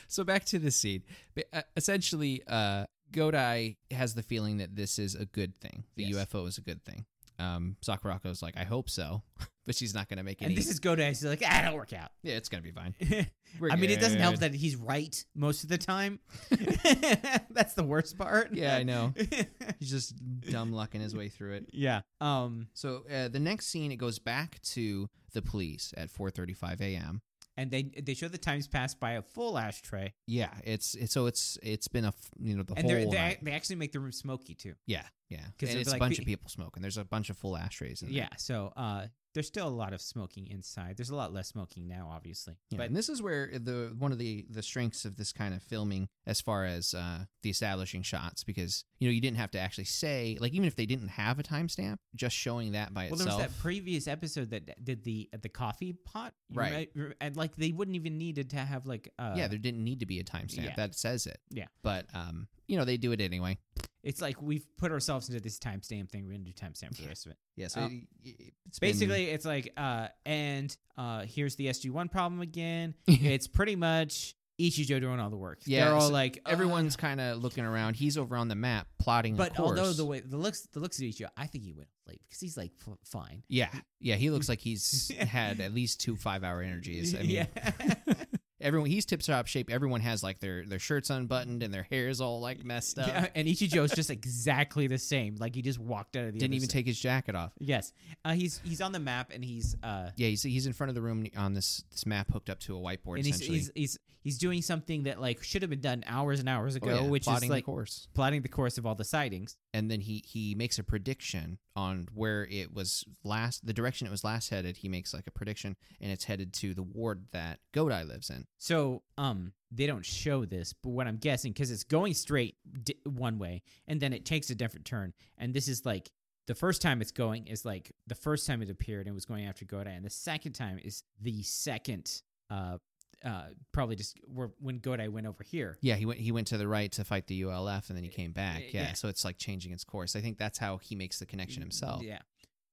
So back to the seed. Ba- uh, Essentially, uh, Godai has the feeling that this is a good thing. The
Yes.
UFO is a good thing. Um, Sakurako's like, I hope so, but she's not going to make any.
and this is Godai. He's like, ah, it'll work out.
yeah, it's going to be fine. We're
I mean, it doesn't help
good.
that he's right most of the time. that's the worst part.
Yeah, I know. He's just dumb lucking his way through it.
yeah. Um,
So uh, the next scene, it goes back to the police at 4:35 a.m.
and they they show the times passed by a full ashtray,
Yeah, it's, it's so it's it's been a f- you know the
and they're,
whole
they
night.
they actually make the room smoky too.
yeah yeah
'Cause
and
they're
it's a
like
bunch
pe-
of people smoking. There's a bunch of full ashtrays. In there.
Yeah. So uh, there's still a lot of smoking inside. There's a lot less smoking now, obviously.
Yeah,
But
and this is where the one of the the strengths of this kind of filming, as far as uh, the establishing shots, because you know you didn't have to actually say like even if they didn't have a timestamp, just showing that by
well, there
itself.
was that previous episode that d- did the at the coffee pot, you
Right.
might- And like they wouldn't even needed to have like uh,
yeah, there didn't need to be a timestamp
yeah.
that says it.
Yeah.
but um, you know they do it anyway.
it's like we've put ourselves into this timestamp thing. We're gonna do timestamp for the
Yeah.
rest of it.
Yeah, so
Uh,
it- it- it's been-
Basically, it's like uh, and uh, here's the SG one problem again. it's pretty much Ichijo doing all the work.
Yeah,
They're all
so
like everyone.
everyone's kind of looking around. He's over on the map plotting. a
But although
course.
the way the looks the looks of Ichijo, I think he went late because he's like f- fine.
yeah, yeah, he looks like he's had at least two five-hour energies. I mean,
yeah.
Everyone, he's tip top shape. Everyone has like their their shirts unbuttoned and their hair is all like messed up.
Yeah, and Ichijo's just exactly the same. Like he just walked out of the.
Didn't
other
even
side.
take his jacket off.
Yes, uh, he's he's on the map and he's uh
Yeah, he's he's in front of the room on this this map hooked up to a whiteboard.
and he's,
essentially,
he's he's he's doing something that like should have been done hours and hours
Oh,
ago,
yeah,
which
plotting
is like
the course.
plotting the course of all the sightings.
And then he he makes a prediction on where it was last, the direction it was last headed. He makes like a prediction, and it's headed to the ward that Godai lives in.
So um they don't show this, but what I'm guessing because it's going straight d- one way and then it takes a different turn, and this is like. The first time it's going is like the first time it appeared and was going after Goda, and the second time is the second, uh, uh, probably just where, when Godai went over here.
Yeah, he went he went to the right to fight the ULF, and then he came back. Yeah,
yeah.
so it's like changing its course. I think that's how he makes the connection himself.
Yeah.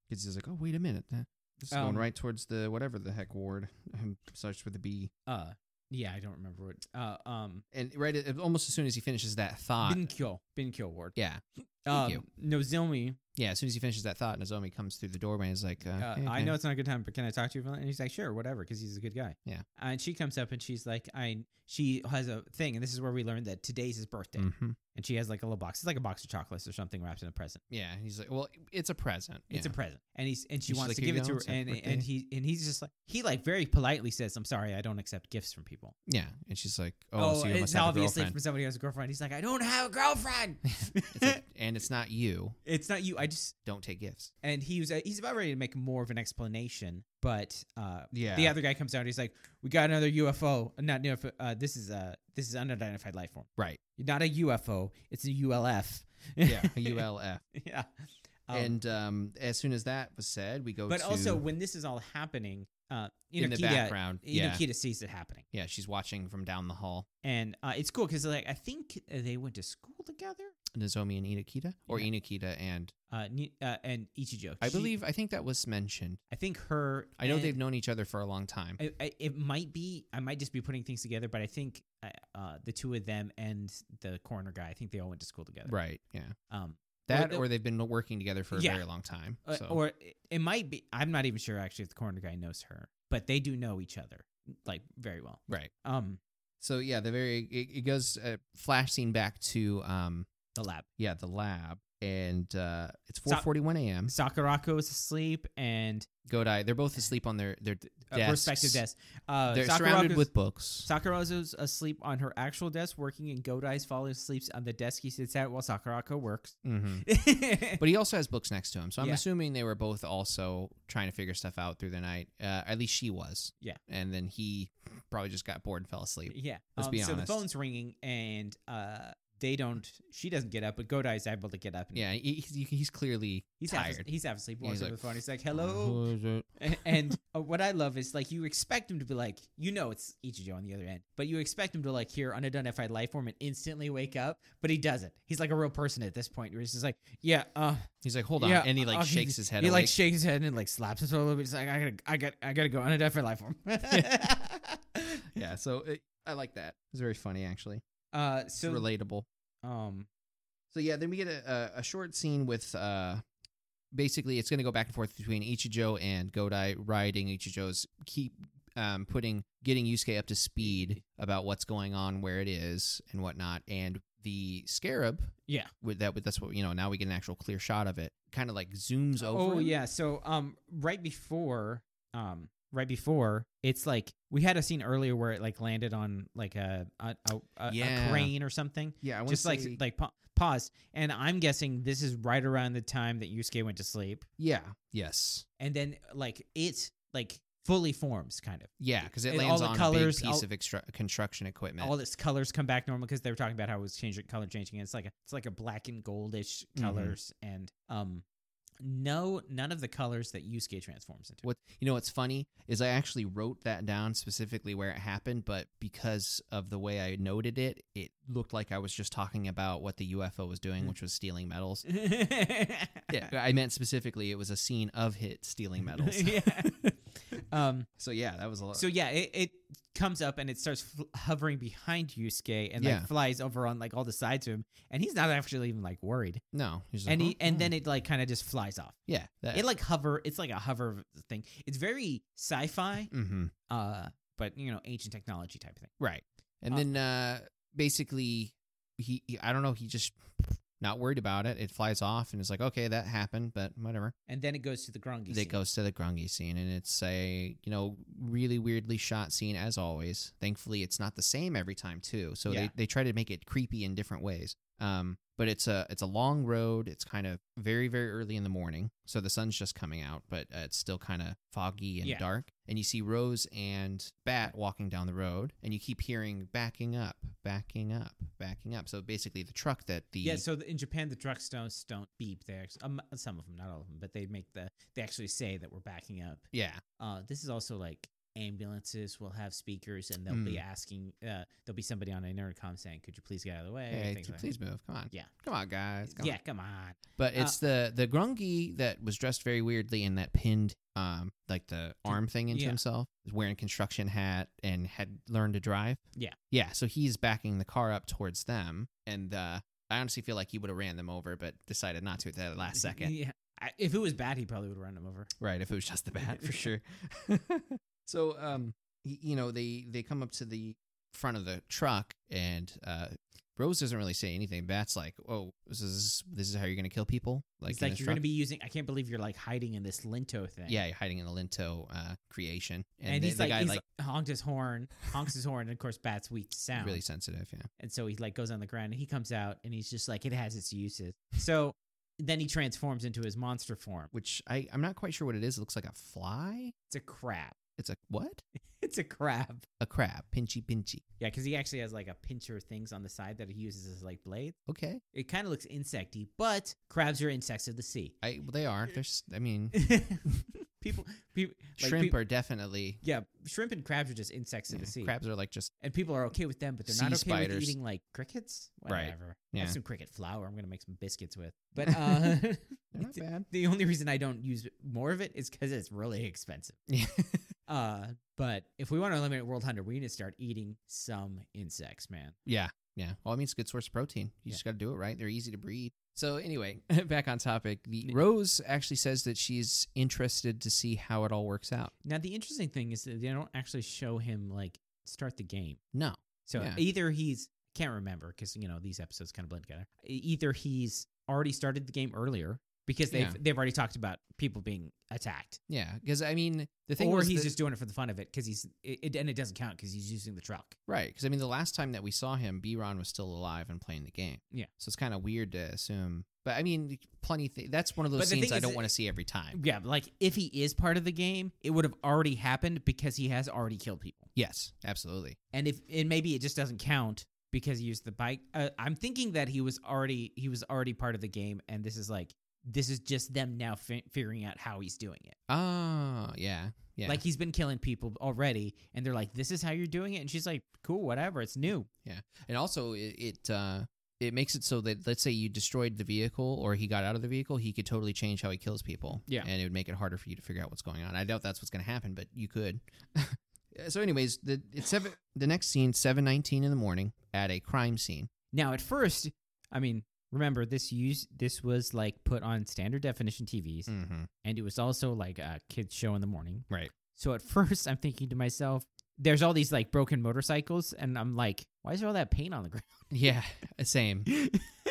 Because he's like, oh, wait a minute. That, this is
Um,
going right towards the whatever the heck ward. Um, Starts with a B.
Uh yeah, I don't remember what uh um
And right at, almost as soon as he finishes that thought.
Binkyo. Binkyo ward.
yeah.
Um
Uh, thank you.
Nozomi,
Yeah. As soon as he finishes that thought, Nozomi comes through the doorway and is like, uh,
uh,
hey,
I
man.
know it's not a good time, but can I talk to you? for a minute? And he's like, sure, whatever, because he's a good guy. Uh,
Yeah.
and she comes up and she's like, I she has a thing, and this is where we learned that today's his birthday.
Mhm.
And she has like a little box. It's like a box of chocolates or something wrapped in a present.
Yeah. and He's like, well, it's a present.
It's a
Yeah.
present. And he's and she
She's
wants
like,
to
"Here
give
you
it to
go,
her.
it's our
And
birthday."
and he and he's just like he like very politely says, I'm sorry, I don't accept gifts from people.
Yeah. And she's like, oh, so you
it's
must have a
obviously
girlfriend.
from somebody who has a girlfriend. He's like, I don't have a girlfriend.
It's like, and it's not you.
it's not you. I just
Don't take gifts.
and he was uh, he's about ready to make more of an explanation, but uh,
Yeah.
the other guy comes out. He's like, "We got another UFO. Not UFO. Uh, this is a this is unidentified life form.
Right.
Not a UFO. It's a ULF.
Yeah. a ULF.
yeah. Um,
and um, as soon as that was said, we go
but
to.
also when this is all happening, uh, Inokita,
in the background. Yeah.
Inokita sees it happening,
Yeah. She's watching from down the hall.
and uh, it's cool because like I think they went to school together.
Nozomi and Inokita, or
Yeah.
Inokita and
Uh, Ni- uh, and Ichijo.
I
She-
believe I think that was mentioned.
I think her.
I know
and-
they've known each other for a long time.
I, I, it might be I might just be putting things together, but I think uh, uh, the two of them and the coroner guy, I think they all went to school together.
right. Yeah.
Um,
That
the-
or they've been working together for a
Yeah.
very long time.
uh,
So
or it- it might be I'm not even sure actually if the coroner guy knows her, but they do know each other. like very well.
Right.
Um,
So yeah, the very it, it goes uh, flash scene back to um
the lab.
yeah the lab and uh it's
So-
4:41 a.m.
Sakurako is asleep and
Godai they're both asleep on their their
uh,
Desks.
respective desk. Uh,
they're surrounded
Sakurako's-
with books.
Sakurako's asleep on her actual desk working, and Godai's falling asleep on the desk he sits at while Sakurako works.
hmm
but
But he also has books next to him, so I'm
Yeah.
assuming they were both also trying to figure stuff out through the night. Uh, at least she was.
Yeah.
And then he probably just got bored and fell asleep.
yeah,
Let's
um,
be
so the
honest.
phone's ringing, and uh, they don't. She doesn't get up, but Godai's able to get up. And
Yeah, he, he's, he's clearly
he's half,
tired.
he's half asleep.
Yeah,
Walks
he's
over
like,
the phone. He's like,
Uh,
"Hello."
who is it?
A- and uh, what I love is like you expect him to be like, you know, it's Ichijo on the other end, but you expect him to like hear unidentified life form and instantly wake up, but he doesn't. He's like a real person at this point where he's just like, yeah, uh,
He's like, hold on,
Yeah,
and he like
I'll give
shakes
you-
his head.
he like
awake.
shakes his head and like slaps his a little bit. He's like, I gotta, I got, I gotta go unidentified life form.
yeah. So it, I like that. It's very funny actually.
uh,
It's
so
relatable.
um,
So yeah, then we get a, a, a short scene with uh, basically it's going to go back and forth between Ichijo and Godai riding Ichijo's keep um, putting getting Yusuke up to speed about what's going on, where it is, and whatnot, and the scarab.
Yeah.
with that with that's what you know. Now we get an actual clear shot of it. Kind of like zooms over.
oh
him.
yeah, so um, right before um. Right before it's like we had a scene earlier where it like landed on like a a, a, a,
Yeah.
a crane or something,
yeah. I wanna
just like
say-
like pa- paused. And I'm guessing this is right around the time that Yusuke went to sleep,
yeah, yes,
and then like it like fully forms kind of.
yeah, because it
And all
lands
the
on
colours,
a big piece
all-
of extru- construction equipment.
all its colors come back normal because they were talking about how it was changing color changing. And it's like a, it's like a black and goldish
Mhm.
colors and um no none of the colors that Yusuke transforms into.
What you know what's funny is I actually wrote that down specifically where it happened, but because of the way I noted it, it looked like I was just talking about what the UFO was doing,
Mm.
which was stealing metals. Yeah, I meant specifically it was a scene of hit stealing metals.
yeah. Um.
so yeah, that was a lot.
So yeah, it, it comes up and it starts fl- hovering behind Yusuke and
Yeah.
like flies over on like all the sides of him, and he's not actually even like worried.
no, he's just
And
like,
he
"Oh,
and
yeah."
then it like kind of just flies off.
yeah, that,
It like hover. It's like a hover thing. It's very sci-fi.
mm-hmm.
uh, but you know, ancient technology type of thing.
Right. And
Uh,
then uh basically he, he I don't know, he just not worried about it. It flies off and is like, okay, that happened, but whatever.
And then it goes to the Grungy.
that
scene.
goes to the grungy scene and it's a you know really weirdly shot scene as always thankfully it's not the same every time too so
Yeah.
they, they try to make it creepy in different ways um but it's a it's a long road it's kind of very very early in the morning so the sun's just coming out but uh, it's still kind of foggy and
Yeah.
dark and you see rose and bat walking down the road and you keep hearing backing up backing up backing up so basically the truck that the
Yeah, so the, in Japan, the truck stones don't beep. They actually, um, some of them, not all of them, but they make the they actually say that we're backing up.
yeah
Uh, this is also like ambulances will have speakers, and they'll be
Mm.
asking. Uh, there'll be somebody on an intercom saying, "Could you please get out of the way?"
hey,
Things like that.
please move come on
Yeah.
come on guys come on.
yeah, come on.
But
Uh,
it's the the grungy that was dressed very weirdly and that pinned um like the arm thing into
yeah.
himself, is wearing a construction hat and had learned to drive.
Yeah.
Yeah, so he's backing the car up towards them and uh I honestly feel like he would have ran them over but decided not to at that last second.
Yeah, I, if it was bad, he probably would run him over.
Right, if it was just the bat for sure. so um y- you know, they they come up to the front of the truck and uh Rose doesn't really say anything. Bat's like, "Oh, this is this is how you're gonna kill people." Like,
it's
in
like
this
you're
truck?
gonna be using. I can't believe you're like hiding in this linto thing.
Yeah, hiding in a Linto uh, creation,
and,
and, the,
he's
the
like,
guy
he's
like
like honked his horn, honks his horn, and of course, bats weak to sound.
really sensitive. Yeah,
And so he like goes on the ground and he comes out and he's just like it has its uses. So then he transforms into his monster form.
which I I'm not quite sure what it is. It looks like a fly.
It's a crab.
It's a what?
It's a crab.
A crab, pinchy pinchy.
Yeah, because he actually has like a pincher of things on the side that he uses as like blades.
Okay,
It kind of looks insecty, but crabs are insects of the sea.
I well, they are. There's I mean,
people, people, like,
shrimp
peop-
are definitely.
yeah, shrimp and crabs are just insects of
yeah,
the sea.
crabs are like just
And people are okay with them, but they're
Sea
not okay with
spiders.
eating like crickets.
Right.
Whatever. I
Yeah.
have some cricket flour. I'm gonna make some biscuits with. But uh,
they're not bad.
the only reason I don't use more of it is because it's really expensive.
Yeah.
Uh, but if we want to eliminate World Hunger, we need to start eating some insects, man.
yeah, Yeah. Well, I mean, it's a good source of protein. You
Yeah.
just got to do it right. They're easy to breed. So, anyway, back on topic. The Rose actually says that she's interested to see how it all works out.
Now the interesting thing is that they don't actually show him like start the game.
No.
So
Yeah.
either he's can't remember because you know these episodes kind of blend together. E- Either he's already started the game earlier because they've
Yeah.
they've already talked about people being attacked,
Yeah. Because, I mean, the thing
or
was
he's
that-
just doing it for the fun of it because he's it, it- and it doesn't count because he's using the truck.
Right, because I mean, the last time that we saw him, Biron was still alive and playing the game.
Yeah.
so it's kind of weird to assume. But I mean, plenty. Th- that's one of those
But the
scenes
thing
I
is
don't
that-
want to see every time.
Yeah, like if he is part of the game, it would have already happened because he has already killed people.
Yes, absolutely.
and if and maybe it just doesn't count because he used the bike. Uh, I'm thinking that he was already he was already part of the game, and this is like this is just them now fi- figuring out how he's doing it.
Oh, yeah, yeah,
Like he's been killing people already, and they're like, "This is how you're doing it," and she's like, "Cool, whatever, it's new."
and also it it, uh, it makes it so that let's say you destroyed the vehicle or he got out of the vehicle, he could totally change how he kills people.
Yeah.
and it would make it harder for you to figure out what's going on. I doubt that's what's going to happen, but you could. so, anyways, the it's seven. The next scene, seven nineteen in the morning, at a crime scene.
Now, at first, I mean, remember this use this was like put on standard definition TVs,
Mm-hmm.
and it was also like a kids show in the morning.
Right.
So at first, I'm thinking to myself, "There's all these like broken motorcycles," and I'm like, "Why is there all that paint on the ground?"
Yeah, uh, same.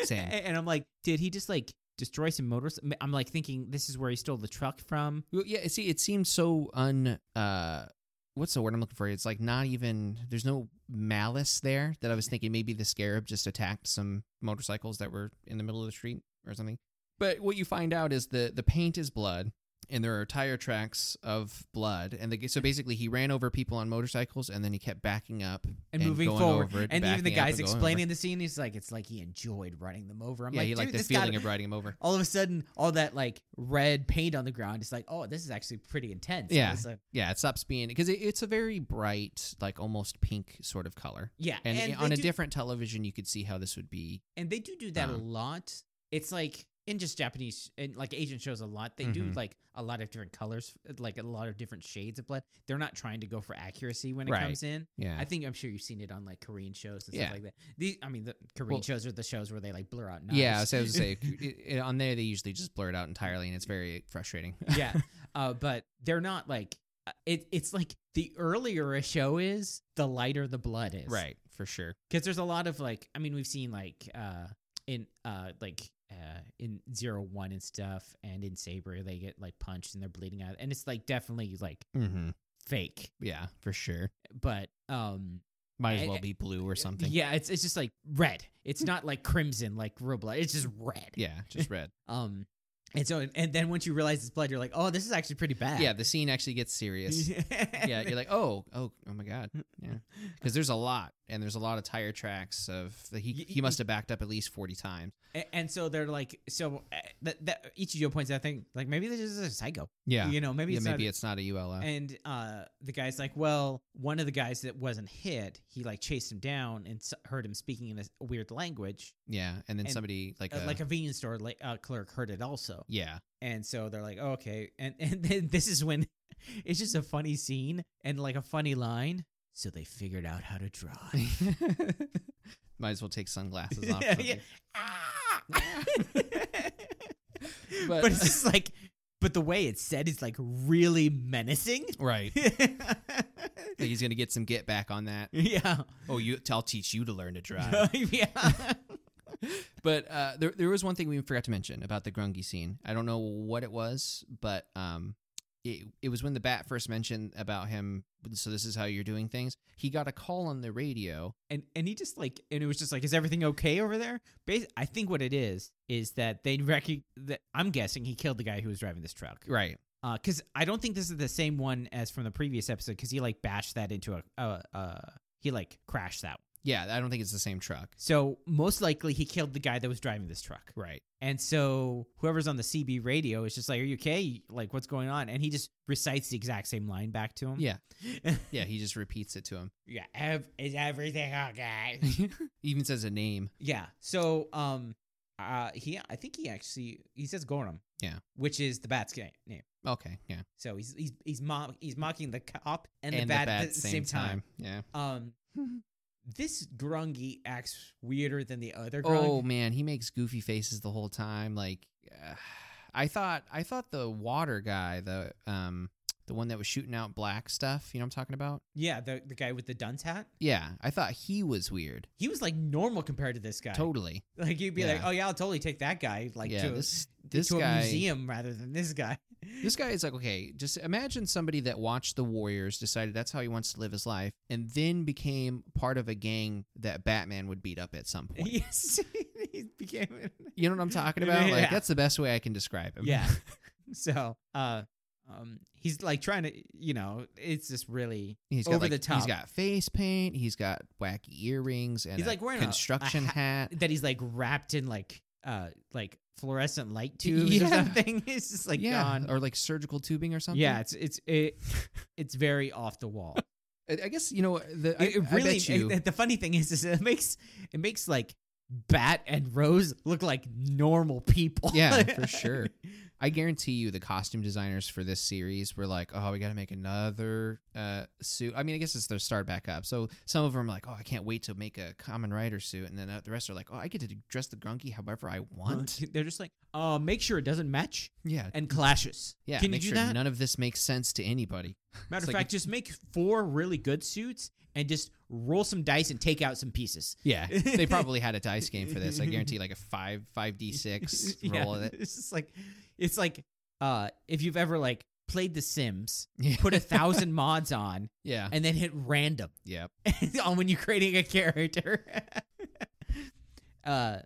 Same.
A- And I'm like, did he just like destroy some motors? m- I'm like thinking this is where he stole the truck from.
Well, yeah, see, it seems so un. Uh, what's the word I'm looking for? It's like not even. There's no malice there that I was thinking maybe the scarab just attacked some motorcycles that were in the middle of the street or something. But what you find out is the the paint is blood, and there are tire tracks of blood, and the, so basically he ran over people on motorcycles, and then he kept backing up
And, moving
going
forward,
over it,
and even the
backing up
guy's
and going over.
explaining the scene, he's like, it's like he enjoyed running them over. I'm
yeah,
like,
he
dude,
liked the
this
feeling
gotta-
of riding him over.
All of a sudden, all that like red paint on the ground is like, oh, this is actually pretty intense. And
Yeah.
it's like-
Yeah, it stops being because it, it's a very bright, like almost pink sort of color.
yeah.
And,
And,
i- on
they
a
do,
different television, you could see how this would be.
and they do do that a
Um,
lot. It's like in just Japanese and like Asian shows a lot. They do
Mhm.
like a lot of different colors, like a lot of different shades of blood. They're not trying to go for accuracy when it
Right.
comes in.
Yeah.
I think I'm sure you've seen it on like Korean shows and
Yeah.
stuff like that. The, I mean, the Korean
Well-
shows are the shows where they like blur out. Knives.
Yeah, so I was gonna say it, it- on there they usually just blur it out entirely, and it's very frustrating.
yeah, uh, but they're not like uh, it. It's like the earlier a show is, the lighter the blood is,
right, for sure.
Because there's a lot of like, I mean, we've seen like uh, in uh, like uh, in Zero One and stuff, and in Saber they get like punched and they're bleeding out, and it's like definitely like
Mm-hmm.
fake,
Yeah, for sure.
but um,
Might as
I-
well be blue or something.
yeah, it's it's just like red. It's not like crimson like real blood. It's just red.
Yeah, just red.
Um, and so, and then once you realize it's blood, you're like, oh, this is actually pretty bad.
yeah, the scene actually gets serious. yeah, you're like, oh, oh, oh my god. Yeah, because there's a lot, and there's a lot of tire tracks of he
Y-
he must have backed up at least forty times.
A- and so they're like, so uh, that that Ichijo points out thing like maybe this is a psycho.
Yeah,
You know, maybe
yeah,
it's
maybe
not.
it's not a ULF.
and uh, the guy's like, well, one of the guys that wasn't hit, he like chased him down and s- heard him speaking in a s- weird language.
yeah, and then
and-
somebody like
Uh,
a,
like a convenience store like, uh, clerk heard it also.
yeah,
And so they're like, oh, okay. And and then this is when it's just a funny scene and like a funny line. So they figured out how to drive.
might as well take sunglasses off. or
Yeah,
something.
yeah. Ah! but,
But-
it's just like, but the way it's said is like really menacing.
Right. Like
yeah.
he's gonna get some get back on that. Oh, you! I'll teach you to learn to drive.
yeah.
but uh, there, there was one thing we forgot to mention about the Grungy scene. I don't know what it was, but um, it it was when the bat first mentioned about him. So this is how you're doing things. He got a call on the radio.
And and he just like and it was just like is everything okay over there? Bas- I think what it is is that they recog that I'm guessing he killed the guy who was driving this truck.
Right.
because I don't think this is the same one as from the previous episode. Because he like bashed that into a uh, uh he like crashed that.
Yeah, I don't think it's the same truck.
So most likely he killed the guy that was driving this truck.
Right.
And so whoever's on the CB radio is just like, "Are you okay? Like what's going on?" And he just recites the exact same line back to him.
Yeah. Yeah. He just repeats it to him.
yeah. Ev- is everything okay?
he even says a name.
yeah. So um, uh, he I think he actually he says Gorham.
Yeah.
Which is the bat's ga- name.
Okay. Yeah.
So he's he's he's, mo- he's mocking the cop and, the bat at the same time.
Yeah.
Um, This Grungy acts weirder than the other
Oh
Grung.
man, he makes goofy faces the whole time. Like, uh, I thought, I thought the water guy, the um, the one that was shooting out black stuff. You know what I'm talking about?
Yeah, the, the guy with the dunce hat.
Yeah, I thought he was weird.
He was like normal compared to this guy.
Totally.
Like you'd be like,
Yeah.
oh yeah, I'll totally take that guy. Like
yeah,
to,
this this
to
guy.
a museum rather than this guy.
This guy is like, okay, just imagine somebody that watched the Warriors, decided that's how he wants to live his life, and then became part of a gang that Batman would beat up at some point.
yes, he became.
You know what I'm talking about? Like
Yeah.
that's the best way I can describe him.
Yeah. so, uh, um, he's like trying to, you know, it's just really.
He's got
Over
like-
the
He's
top.
got face paint. He's got wacky earrings and
He's,
a
like, wearing a- a
construction
ha-
hat.
that he's like wrapped in like uh like fluorescent light tubes or
Yeah.
something. It's just like
yeah,
gone.
or like surgical tubing or something.
yeah, it's it's it, it's very off the wall.
I I guess you know the. I,
It, it
I
really.
bet you.
it- the funny thing is, is it makes it makes like Bat and Rose look like normal people.
Yeah, for sure. I guarantee you, the costume designers for this series were like, "Oh, we got to make another uh, suit." I mean, I guess it's their start back up. So some of them are like, "Oh, I can't wait to make a common Rider suit," and then uh, the rest are like, "Oh, I get to dress the Grunky however I want."
They're just like, uh, make sure it doesn't match
yeah,
and clashes.
yeah.
can you
make
do
sure
that?
none of this makes sense to anybody.
Matter of
like
fact, just make four really good suits and just roll some dice and take out some pieces.
Yeah, they probably had a dice game for this. I guarantee, like a five five d six
Yeah,
roll of it.
It's just like it's like uh if you've ever like played The Sims,
Yeah,
put a thousand mods on,
yeah,
and then hit random
yeah.
on when you're creating a character. uh,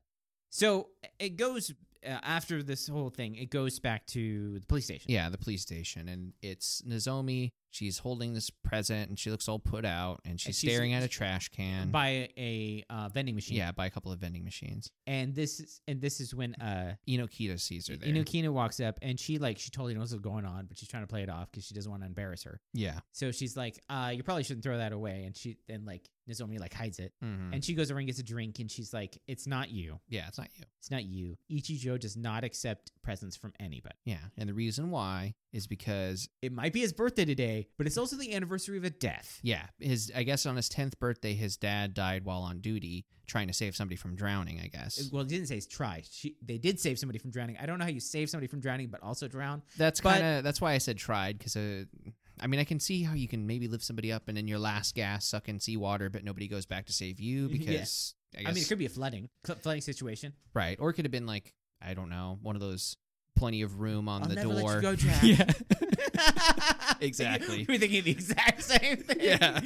so it goes uh, after this whole thing. It goes back to the police station.
Yeah, the police station, and it's Nozomi. She's holding this present, and she looks all put out, and she's,
And she's-
staring at a trash can.
by a uh, vending machine.
yeah, by a couple of vending machines.
and this is and this is when uh.
Inokita sees her there.
Inokina walks up and she like she totally knows what's going on, but she's trying to play it off because she doesn't want to embarrass her.
yeah.
So she's like, uh, you probably shouldn't throw that away. And she then like Nozomi like hides it.
hmm
And she goes over and gets a drink and she's like, It's not you.
yeah, it's not you.
It's not you. Ichijo does not accept presents from anybody.
Yeah, and the reason why is because
It might be his birthday today, but it's also the anniversary of a death.
yeah, his I guess on his tenth birthday, his dad died while on duty trying to save somebody from drowning. I guess
Well, it didn't say it's try. She, they did save somebody from drowning. I don't know how you save somebody from drowning, but also drown.
that's
but-
kind of that's why I said tried because. Uh, I mean, I can see how you can maybe lift somebody up and in your last gas suck in seawater, but nobody goes back to save you
Yeah.
because I
I,
guess
mean, it could be a flooding, cl- flooding situation.
Right. Or it could have been like, I don't know, one of those plenty of room on
I'll
the
never let you
door.
go, Jack.
Exactly.
We're thinking the exact same thing.
Yeah.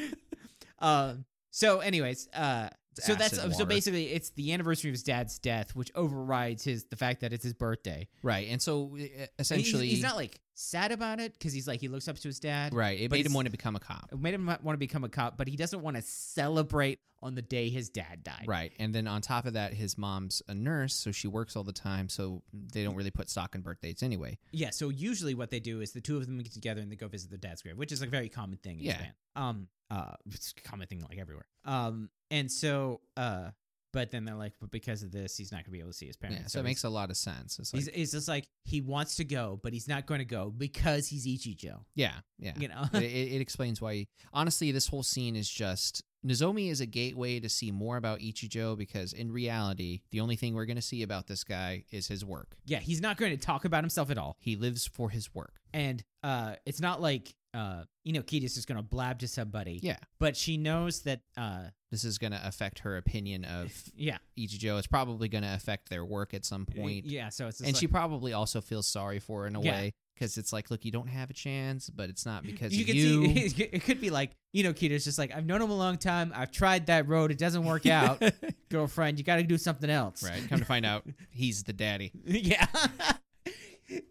Um. So, anyways, uh,
It's
so that's
acid
so
water.
basically it's the anniversary of his dad's death, which overrides his the fact that it's his birthday.
Right. And so uh,
And he's-
essentially,
he's, not like sad about it because he's like he looks up to his dad.
right. It
but
made him
he's-
want to become a cop.
It made him want to become a cop, but he doesn't want to celebrate on the day his dad died.
Right. And then on top of that, his mom's a nurse, so she works all the time. So they don't really put stock in birthdays anyway.
Yeah. So usually what they do is the two of them get together and they go visit their dad's grave, which is like a very common thing. In
Yeah.
Japan. Um. Uh. It's a common thing like everywhere. Um. And so. Uh. But then they're like, but because of this, he's not gonna be able to see his parents.
Yeah. So it
he's-
makes a lot of sense. It's like,
He's, it's just like he wants to go, but he's not going to go because he's Ichijo.
yeah. Yeah.
You know,
But it, it explains why. Honestly, this whole scene is just Nozomi is a gateway to see more about Ichijo because in reality, the only thing we're going to see about this guy is his work.
yeah, he's not going to talk about himself at all,
He lives for his work.
and uh, it's not like uh, Inokita's just going to blab to somebody.
Yeah.
but she knows that. Uh,
this is going to affect her opinion of
yeah,
Ichijo. It's probably going to affect their work at some point.
yeah. So it's just
and
like,
she probably also feels sorry for her in a
Yeah.
way because it's like, look, you don't have a chance, but it's not because
you
you.
could see it could be like Inokita's just like I've known him a long time. I've tried that road. It doesn't work out, girlfriend. You got to do something else.
right. Come to find out, he's the daddy.
yeah,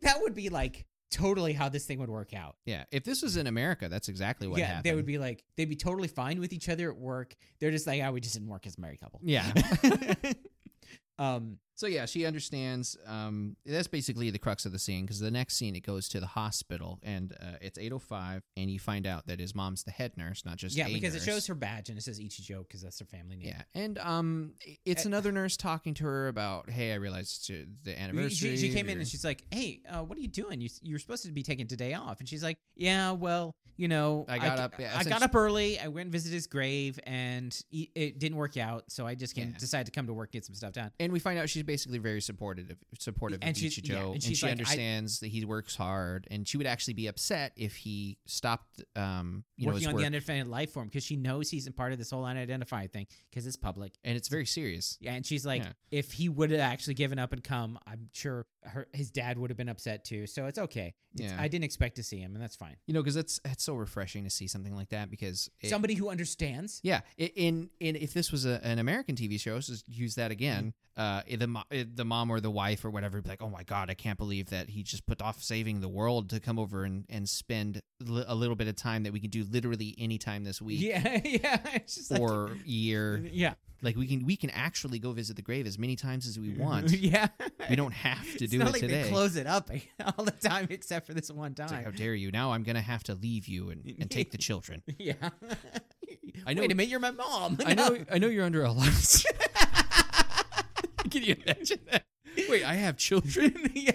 that would be like totally how this thing would work out.
Yeah. If this was in America, that's exactly what
yeah,
happened.
they would be like they'd be totally fine with "Ah, each other at work. They're just like, oh, we just didn't work as a married couple.
Yeah.
um,
So yeah, she understands. Um, that's basically the crux of the scene because the next scene it goes to the hospital and uh, it's eight oh five, and you find out that his mom's the head nurse, not just
yeah,
a
because it
nurse.
shows her badge and it says Ichijo because that's her family name.
Yeah, and um, i- it's
Uh,
another nurse talking to her about, hey, I realized it's your- the
She-
anniversary.
She, she came in
or-
and she's like, "Hey, uh, what are you doing? You, you're supposed to be taking today off." And she's like, "Yeah, well, you know,
I got
g-
up- yeah,
I got
essentially-
up early. I went and visited his grave, and e- it didn't work out. So I just came,
Yeah.
decided to come to work, get some stuff done."
and we find out she's basically very supportive of- supportive
And
of
she's-
Ichijo,
yeah, and
and,
she's
she
like, I-
understands that he works hard, and she would actually be upset if he stopped, um, you know,
working
his
on
work.
the unidentified life form because she knows he's a part of this whole unidentified thing because it's public.
and it's very serious.
Yeah, and she's like,
Yeah.
if he would have actually given up and come, I'm sure her his dad would have been upset too. So it's okay. It's,
Yeah.
I didn't expect to see him, and that's fine.
You know, because that's that's so refreshing to see something like that because it,
Somebody who understands.
Yeah, i- in in if this was a, an American TV show, let's just use that again.
Mm-hmm.
Uh, i- the mo- i- the mom or the wife or whatever, be like, oh my god, I can't believe that he just put off saving the world to come over and and spend li- a little bit of time that we can do literally any time this week
Yeah, yeah. It's just like-
or year.
yeah,
Like we can we can actually go visit the grave as many times as we want.
yeah,
we don't have to
it's
do
not
it
like
today.
They close it up all the time except for this one
It's like,
time.
how dare you? Now I'm gonna have to leave you and, and take the children.
yeah.
I know-
Wait a minute, you're my mom.
I know I know you're under a lot. Can you imagine that? Wait, I have children.
yeah.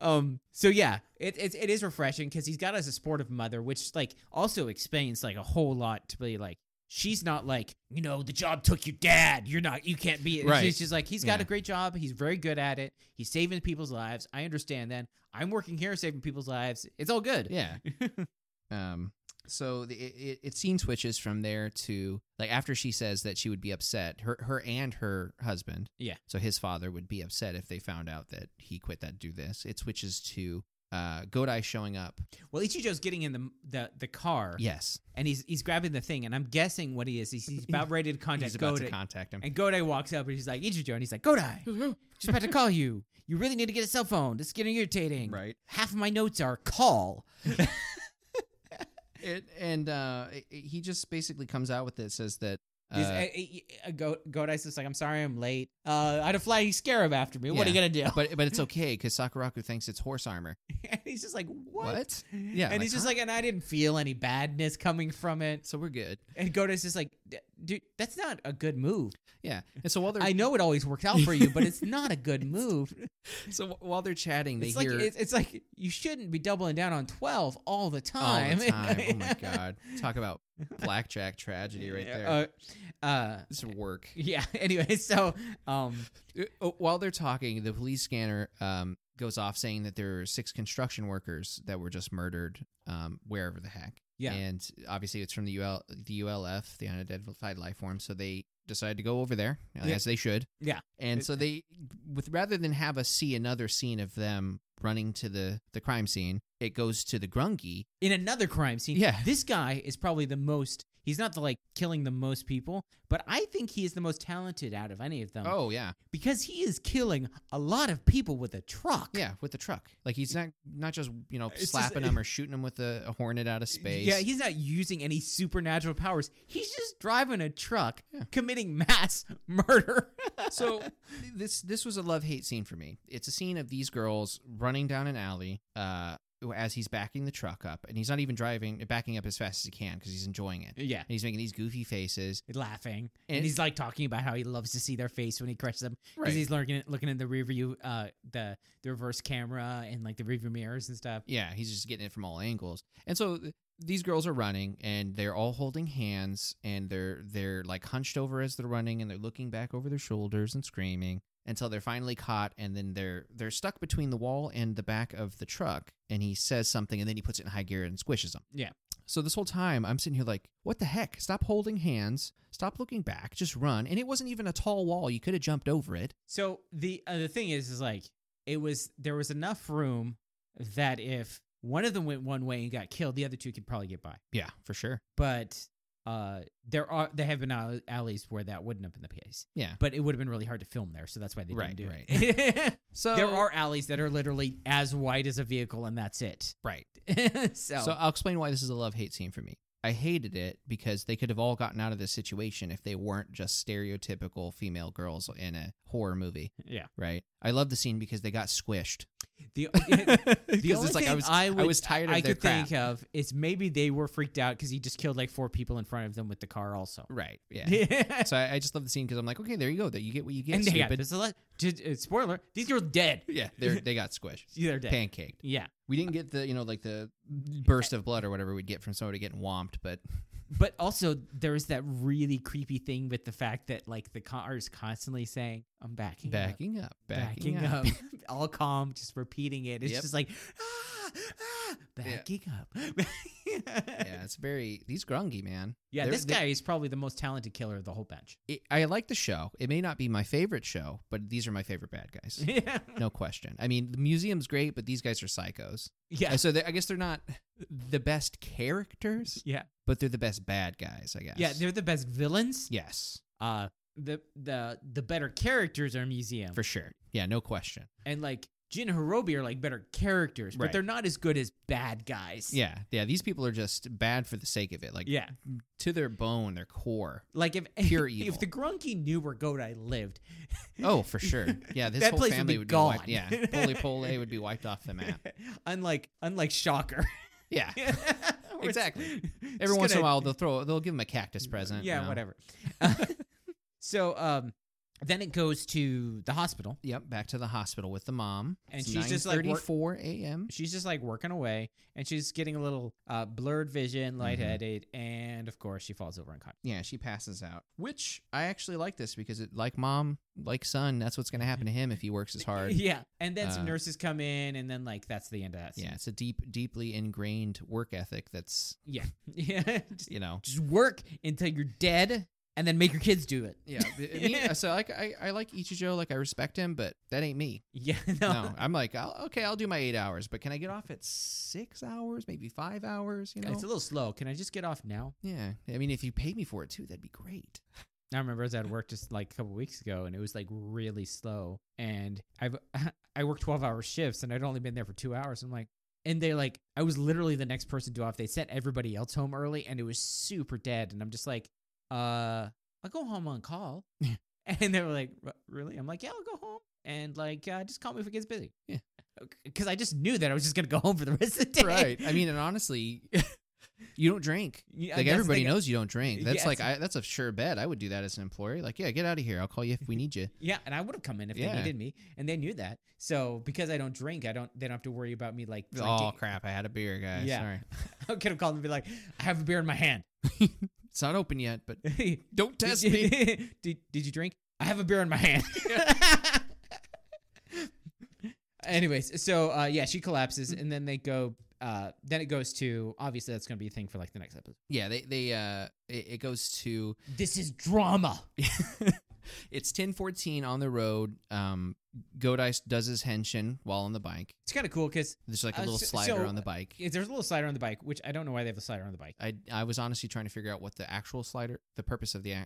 Um. So yeah, it it, it is refreshing because he's got us a supportive mother, which like also explains like a whole lot to be like. She's not like you know the job took your dad. You're not you can't be.
Right.
She's just like he's got a
Yeah.
great job. He's very good at it. He's saving people's lives. I understand that. I'm working here saving people's lives. It's all good.
Yeah. um. So the, it, it it scene switches from there to like after she says that she would be upset. Her her and her husband.
Yeah.
So his father would be upset if they found out that he quit that do this. It switches to uh Godai showing up.
Well, Ichijo's getting in the the, the car.
Yes.
And he's he's grabbing the thing, and I'm guessing what he is. He's, he's about ready to contact
He's about
Godai.
to contact him.
and Godai walks up and he's like Ichijo, and he's like Godai. Just about to call you. You really need to get a cell phone. It's getting irritating.
right.
Half of my notes are call.
It, and uh it- it- he just basically comes out with it says that.
He's-
uh,
uh, uh, uh, Go- Godai's just like, I'm sorry I'm late. Uh, I had a flying scarab after me. What are you
Yeah.
going to do?
but but it's okay because Sakuraku thinks it's horse armor.
and he's just like, what?
What? Yeah,
And
like,
he's just
huh?
like, and I didn't feel any badness coming from it.
So we're good.
And Godai's just like, "D- dude, that's not a good move.
Yeah. And so while they're
I know it always works out for you, but it's not a good move.
so while they're chatting, they
It's like,
hear
it's, it's like you shouldn't be doubling down on 12 all the time.
All the time. oh my god. Talk about blackjack tragedy right there.
Uh, uh,
this is work.
Yeah. Anyway, so um,
Uh, oh, While they're talking, the police scanner um, goes off saying that there are six construction workers that were just murdered um, wherever the heck.
Yeah.
And obviously it's from the UL the ULF, the unidentified life form, so they decide to go over there uh,
Yeah.
as they should.
Yeah.
And
It-
so they with rather than have us see another scene of them running to the the crime scene, it goes to the grungy.
in another crime scene,
Yeah.
this guy is probably the most. He's not the like killing the most people, but I think he is the most talented out of any of them
Oh yeah.
because he is killing a lot of people with a truck.
Yeah, with the truck. Like he's not not just you know
It's just-
slapping him or shooting him with a, a hornet out of space.
Yeah, he's not using any supernatural powers. He's just driving a truck,
Yeah.
committing mass murder.
so this this was a love hate scene for me. It's a scene of these girls running down an alley. Uh, as he's backing the truck up, and he's not even driving, backing up as fast as he can because he's enjoying it. And
yeah.
he's making these goofy faces.
Laughing, and,
And-
he's like talking about how he loves to see their face when he crushes them because
Right.
he's looking looking in the rearview, uh, the the reverse camera and like the rearview mirrors and stuff.
Yeah, he's just getting it from all angles. And so th- these girls are running and they're all holding hands and they're they're like hunched over as they're running and they're looking back over their shoulders and screaming until they're finally caught and then they're they're stuck between the wall and the back of the truck and he says something and then he puts it in high gear and squishes them.
Yeah.
So this whole time I'm sitting here like, what the heck? Stop holding hands, stop looking back, just run. And it wasn't even a tall wall. You could have jumped over it.
So the uh, the thing is, is like it was there was enough room that if one of them went one way and got killed, the other two could probably get by.
Yeah, for sure.
But uh, there are there have been al- alleys where that wouldn't have been the case.
Yeah.
But it would have been really hard to film there, so that's why they
Right,
didn't do
right.
it.
So
there are alleys that are literally as wide as a vehicle, and that's it.
right.
so, Oh.
So I'll explain why this is a love hate scene for me. I hated it because they could have all gotten out of this situation if they weren't just stereotypical female girls in a horror movie,
Yeah.
right? I love the scene because they got squished.
The, the
Because
only
it's like I
thing
was
I, would,
I was tired of
I
their
could
crap.
think of is maybe they were freaked out because he just killed like four people in front of them with the car also.
Right. Yeah. so I, I just love the scene because I'm like, okay, there you go. That you get what you get.
and they got
stupid.
this ele- just, uh, spoiler, these girls dead.
yeah, they they got squished,
They're dead.
pancaked.
Yeah.
We didn't get the you know like the burst of blood or whatever we'd get from somebody getting whomped, but
But also there is that really creepy thing with the fact that like the car is constantly saying, I'm backing up.
backing up, backing,
backing
up.
up, all calm, just repeating it. It's
Yep.
just like, ah, ah,
Yeah.
backing up.
yeah, it's very these grungy man.
Yeah,
They're-
this
they-
guy is probably the most talented killer of the whole bench.
It, I like the show. It may not be my favorite show, but these are my favorite bad guys.
yeah.
No question. I mean, the museum's great, but these guys are psychos.
Yeah.
And So they- I guess they're not the best characters,
Yeah.
but they're the best bad guys. I guess.
Yeah, they're the best villains.
yes,
Uh the the the better characters are museum.
for sure. Yeah, no question.
And like Jin and Hirobi are like better characters, but
Right.
they're not as good as bad guys.
Yeah, yeah. These people are just bad for the sake of it, like
Yeah.
to their bone, their core.
Like if
Pure evil.
if the Grunky knew where Godai lived,
Oh, for sure. Yeah, this
That
whole
place would
family
be
would be,
gone.
wiped. Yeah, Poli Pole would be wiped off the map.
unlike unlike Shocker.
Yeah,
Where it's-
Exactly.
just
every once in a
gonna-
while they'll throw they'll give him a cactus present. you
Yeah,
know.
whatever. so um, then it goes to the hospital.
Yep, back to the hospital with the mom.
And
It's
she's just, like, work-
9:34 a.m.
She's just like working away, and she's getting a little uh, blurred vision, lightheaded, and of course she falls over unconscious.
Yeah, she passes out. Which I actually like this because it like mom, like son, that's what's going to happen to him if he works as hard.
Yeah, and then some
Uh,
nurses come in, and then like that's the end of that. Scene.
Yeah, it's a deep deeply ingrained work ethic that's,
Yeah, yeah, yeah. just,
you know,
just work until you're dead, and then make your kids do it.
Yeah. I mean, so like I, I like Ichijo, like I respect him, but that ain't me.
Yeah, no.
No. I'm like, I'll, okay, I'll do my eight hours, but can I get off at six hours, maybe five hours? You know?
It's a little slow. Can I just get off now?
yeah. I mean, if you paid me for it too, that'd be great.
I remember I was at work just like a couple weeks ago, and it was like really slow. And I've I worked twelve hour shifts, and I'd only been there for two hours. I'm like, and they like I was literally the next person to off. They sent everybody else home early, and it was super dead. And I'm just like, uh, I'll go home on call. and they were like, "Re- really? I'm like, yeah, I'll go home. And like, uh, just call me if it gets busy.
Yeah.
because I just knew that I was just gonna go home for the rest of the day.
I mean, and honestly, you don't drink.
Yeah, uh,
Like
that's the
everybody
thing.
knows you don't drink. That's
Yes.
like I, that's a sure bet. I would do that as an employee. Like, yeah, get out of here. I'll call you if we need you.
Yeah, and I would have come in if
Yeah.
they needed me, and they knew that. So because I don't drink, I don't. They don't have to worry about me like.
Oh
Drinking.
crap! I had a beer, guys.
Yeah.
Sorry,
I could have called and be like, "I have a beer in my hand."
it's not open yet, but
Did
don't test
you-
me.
did, did you drink? I have a beer in my hand. Anyways, so uh, yeah, she collapses, and then they go. Uh, then it goes to obviously that's going to be a thing for like the next episode.
Yeah, they they uh, it, it goes to
This is drama.
it's 1014 on the road. Um, Godice does his henshin while on the bike.
It's kind of cool because
There's like a
Uh,
little
so-
slider
so-
on the bike.
there's a little slider on the bike, which I don't know why they have a slider on the bike.
I, I was honestly trying to figure out what the actual slider, the purpose of the, uh,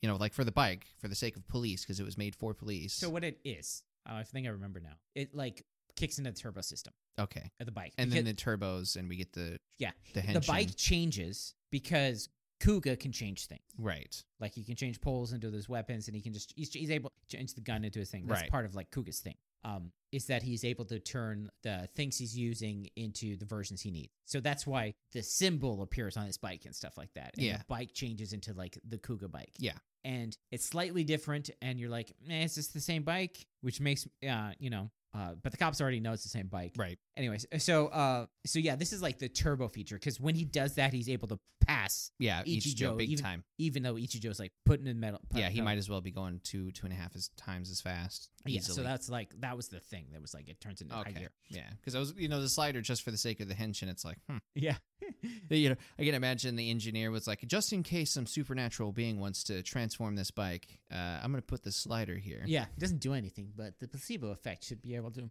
you know, like for the bike, for the sake of police, because it was made for police.
So what it is, uh, I think I remember now. It like kicks into the turbo system
okay.
of the bike,
And
because-
then the turbos, and we get the
yeah,
the
the
henshin.
bike changes because Kuga can change things.
right?
Like he can change poles into those weapons, and he can just he's, he's able to change the gun into his thing. That's
Right.
part of like Kuga's thing. Um, is that he's able to turn the things he's using into the versions he needs. So that's why the symbol appears on his bike and stuff like that. And
Yeah.
the bike changes into like the Kuga bike.
Yeah.
and it's slightly different, and you're like, eh, is this the same bike? Which makes uh, you know. Uh, but the cops already know it's the same bike.
Right.
Anyways, so uh, so yeah, this is like the turbo feature because when he does that, he's able to pass
Yeah, each
Ichijo,
Joe big
even-
time.
even though Ichijo's like putting in metal.
yeah, he
pedal-
might as well be going two two and a half as, times as fast.
Yeah,
easily.
so that's like that was the thing that was like it turns into high
okay.
gear.
Yeah, because I was you know the slider just for the sake of the henshin. It's like hmm.
Yeah,
you know, I can imagine the engineer was like, just in case some supernatural being wants to transform this bike, uh, I'm going to put this slider here.
yeah, it doesn't do anything, but the placebo effect should be able to.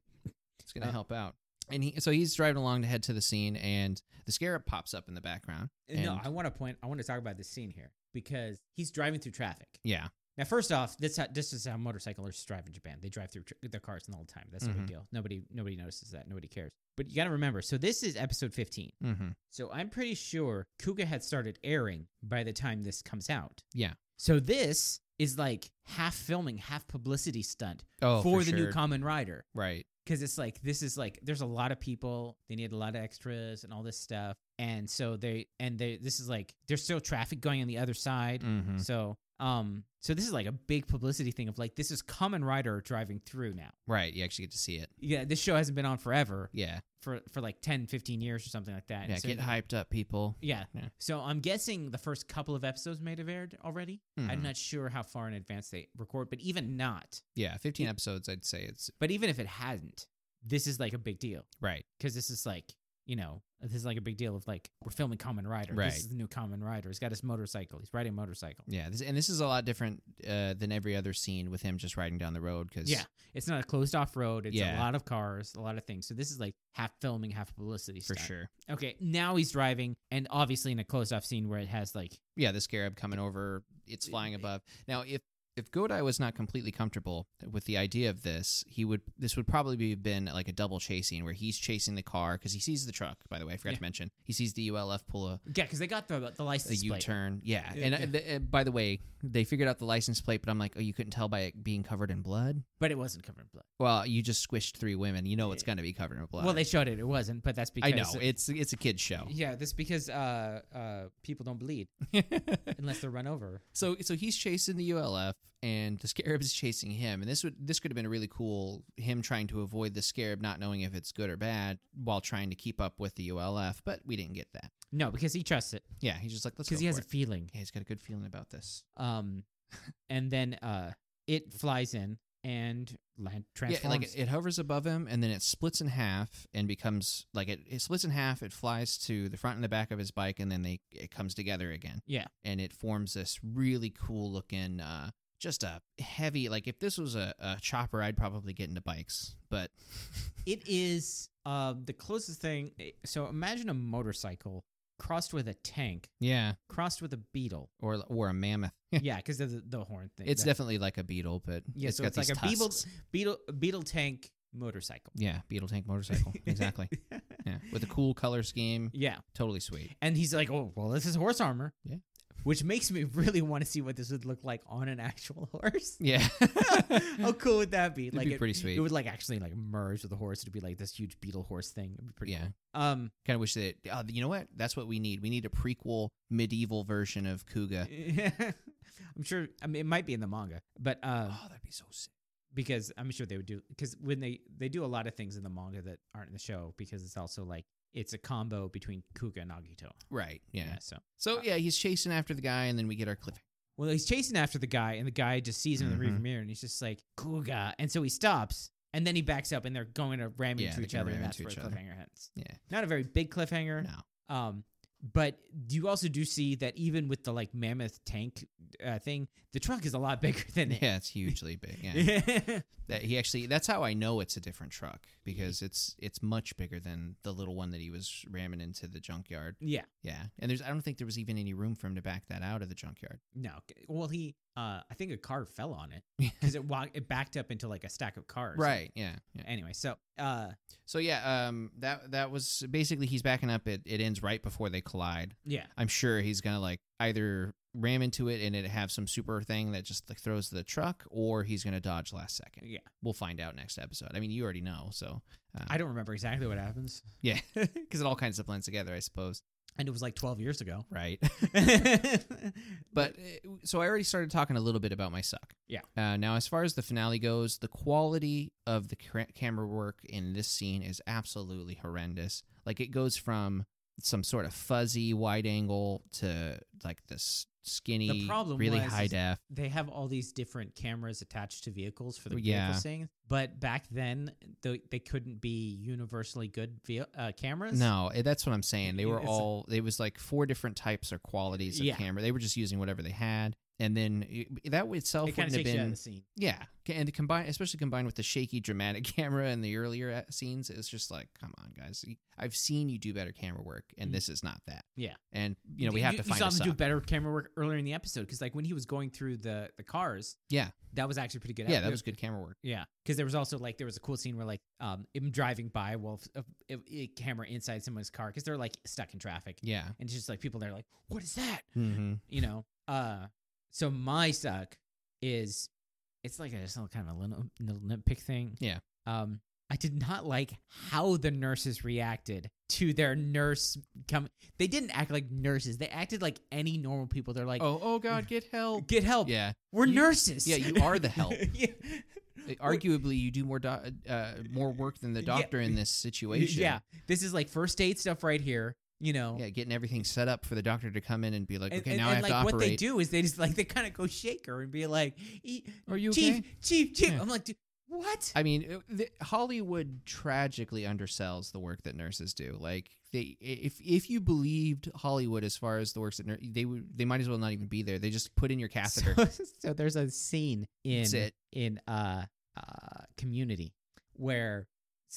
It's going to
Uh,
help out. And he, so he's driving along to head to the scene, and the scarab pops up in the background. And
no, I want to point. I want to talk about this scene here because he's driving through traffic,
yeah,
Now, first off, this ho- this is how motorcyclists drive in Japan. They drive through tr- their cars all the time. That's no
Mhm.
big deal. Nobody nobody notices that. Nobody cares. But you got to remember. So this is episode fifteen.
Mm-hmm.
So I'm pretty sure Kuga had started airing by the time this comes out.
Yeah.
So this is like half filming, half publicity stunt
Oh,
for, the new
sure.
Common Rider.
right.
Because it's like this is like there's a lot of people. They need a lot of extras and all this stuff. And so they and they this is like there's still traffic going on the other side.
Mm-hmm.
So um so this is like a big publicity thing of like this is Common Rider driving through now.
Right. You actually get to see it.
Yeah, this show hasn't been on forever
Yeah.
for for like 10, 15 years or something like that. And
Yeah.
so
get hyped up, people.
yeah.
Yeah.
So I'm guessing the first couple of episodes may have aired already. I'm
Mhm.
not sure how far in advance they record, but even not,
Yeah. 15 episodes, I'd say it's
but even if it hadn't, this is like a big deal
right.
because this is like, you know, this is like a big deal of like we're filming Common Rider.
Right.
This is the new Common Rider. He's got his motorcycle. He's riding a motorcycle.
Yeah. This, and this is a lot different uh, than every other scene with him just riding down the road because
Yeah. It's not a closed off road. It's a
Yeah.
lot of cars, a lot of things. So this is like half filming, half publicity.
for
stunt.
sure.
Okay. Now he's driving and obviously in a closed off scene where it has like,
Yeah. The scarab coming over, it's flying above. Now, if if Godai was not completely comfortable with the idea of this, he would. This would probably be been like a double chasing where he's chasing the car because he sees the truck. By the way, I forgot
Yeah.
to mention he sees the ULF pull a
yeah, because they got the, the
a
license
U
plate.
turn. Yeah.
Yeah,
And uh
yeah.
th- uh, by the way, they figured out the license plate, but I'm like, oh, you couldn't tell by it being covered in blood?
But it wasn't covered in blood.
Well, you just squished three women. You know it's going to be covered in blood.
Well, they showed it. It wasn't, but that's
I
because
know. It's it's a kid's show.
Yeah, that's because uh, uh, people don't bleed unless they're run over.
so so he's chasing the ULF and the scarab is chasing him. And this would this could have been a really cool him trying to avoid the scarab not knowing if it's good or bad while trying to keep up with the ULF, but we didn't get that.
No, because he trusts it
Yeah, he's just like let's go
because he has
for
a
it.
feeling.
yeah, he's got a good feeling about this.
Um, and then uh, it flies in and land transforms.
Yeah, like it, it hovers above him and then it splits in half and becomes like it, it splits in half. It flies to the front and the back of his bike and then they it comes together again.
Yeah.
and it forms this really cool looking, uh, just a heavy. Like if this was a, a chopper, I'd probably get into bikes, but
it is uh, the closest thing. eh, So imagine a motorcycle crossed with a tank,
yeah,
crossed with a beetle.
or or a mammoth.
yeah, because of the, the horn thing.
It's
the,
definitely like a beetle, but
yeah.
it's
so
got
it's like
these
a beetle,
tusks.
beetle, beetle tank motorcycle.
Yeah, beetle tank motorcycle, exactly. Yeah, with a cool color scheme,
yeah.
totally sweet.
And he's like, "Oh, well, this is horse armor."
Yeah.
Which makes me really want to see what this would look like on an actual horse.
Yeah,
How cool would that be?
It'd
like
be
it,
pretty sweet.
it would like actually like merge with the horse. It'd be like this huge beetle horse thing. It'd be pretty.
yeah.
Cool. Um.
Kind of wish that uh, you know what? That's what we need. We need a prequel medieval version of Kuga.
I'm sure. I mean, it might be in the manga, but uh,
Oh, that'd be so sick.
because I'm sure they would do because when they they do a lot of things in the manga that aren't in the show because it's also like it's a combo between Kuga and Agito.
Right. Yeah. Uh,
So
So yeah, he's chasing after the guy, and then we get our cliff.
Well, he's chasing after the guy, and the guy just sees him in the rearview
Mhm.
mirror, and he's just like "Kuga," and so he stops, and then he backs up, and they're going to ram
Yeah,
into
they're
each
gonna
other, and
ram
that's where
into
the
each other.
cliffhanger ends.
Yeah.
Not a very big cliffhanger,
No.
um, but you also do see that even with the like mammoth tank uh, thing, the truck is a lot bigger than it.
Yeah, it's hugely big. Yeah. that he actually. That's how I know it's a different truck because it's it's much bigger than the little one that he was ramming into the junkyard.
yeah.
Yeah. And there's I don't think there was even any room for him to back that out of the junkyard.
No. Well, he, uh, I think a car fell on it because it walked, it backed up into like a stack of cars.
Right. Yeah. Yeah.
Anyway, so uh,
So yeah, um, that that was basically he's backing up. It it ends right before they collide.
yeah,
I'm sure he's gonna like either ram into it and it have some super thing that just like throws the truck, or he's gonna dodge last second.
yeah.
We'll find out next episode. I mean, you already know, so
I don't remember exactly what happens,
yeah, because it all kinds of blends together, I suppose.
and it was like 12 years ago.
Right.
but
But uh, so I already started talking a little bit about my suck.
Yeah.
Uh, now, as far as the finale goes, the quality of the cra- camera work in this scene is absolutely horrendous. Like it goes from some sort of fuzzy wide angle to like this skinny,
problem
really
was
high
is
def.
they have all these different cameras attached to vehicles for the
Yeah.
vehicle thing. But back then, they, they couldn't be universally good ve- uh, cameras.
No, eh, that's what I'm saying. They were
It's-
all. It was like four different types or qualities of
Yeah.
camera. They were just using whatever they had, and then it- that itself
it kind of
wouldn't have
takes you out of
been
the scene.
yeah and to combine especially combined with the shaky dramatic camera in the earlier uh, scenes it's just like come on guys i've seen you do better camera work and
Mhm.
this is not that
Yeah.
and you know we have to find
you saw
a
them do
suck.
better camera work earlier in the episode because like when he was going through the the cars,
yeah
that was actually pretty good.
yeah
out-
that was good camera work
Yeah, because there was also like there was a cool scene where like um him driving by while f- a, a- a camera inside someone's car because they're like stuck in traffic
yeah
and it's just like people there like what is that
mm-hmm.
you know uh so my suck is it's like a it's all kind of a little, little nitpick thing
Yeah.
um I did not like how the nurses reacted to their nurse come they didn't act like nurses they acted like any normal people they're like
oh oh god get help
get help
yeah
we're
You-
nurses
yeah, you are the help. Eh,
yeah.
arguably you do more do- uh, more work than the
Yeah.
doctor in this
Y-
situation
Yeah, this is like first aid stuff right here. You know,
yeah getting everything set up for the doctor to come in and be like
and,
okay
and-
now i
and,
have
like
to operate
what they do is they just like they kind of go shake her and be like, "E-
are you
"Chief,
okay?
chief, chief."
Yeah.
I'm like, "Dude, "What?"
I mean, it- the, Hollywood tragically undersells the work that nurses do. Like they, if if you believed Hollywood as far as the works that nur- they would, they might as well not even be there. They just put in your catheter.
So, so there's a scene in
That's it.
in uh uh community where it's-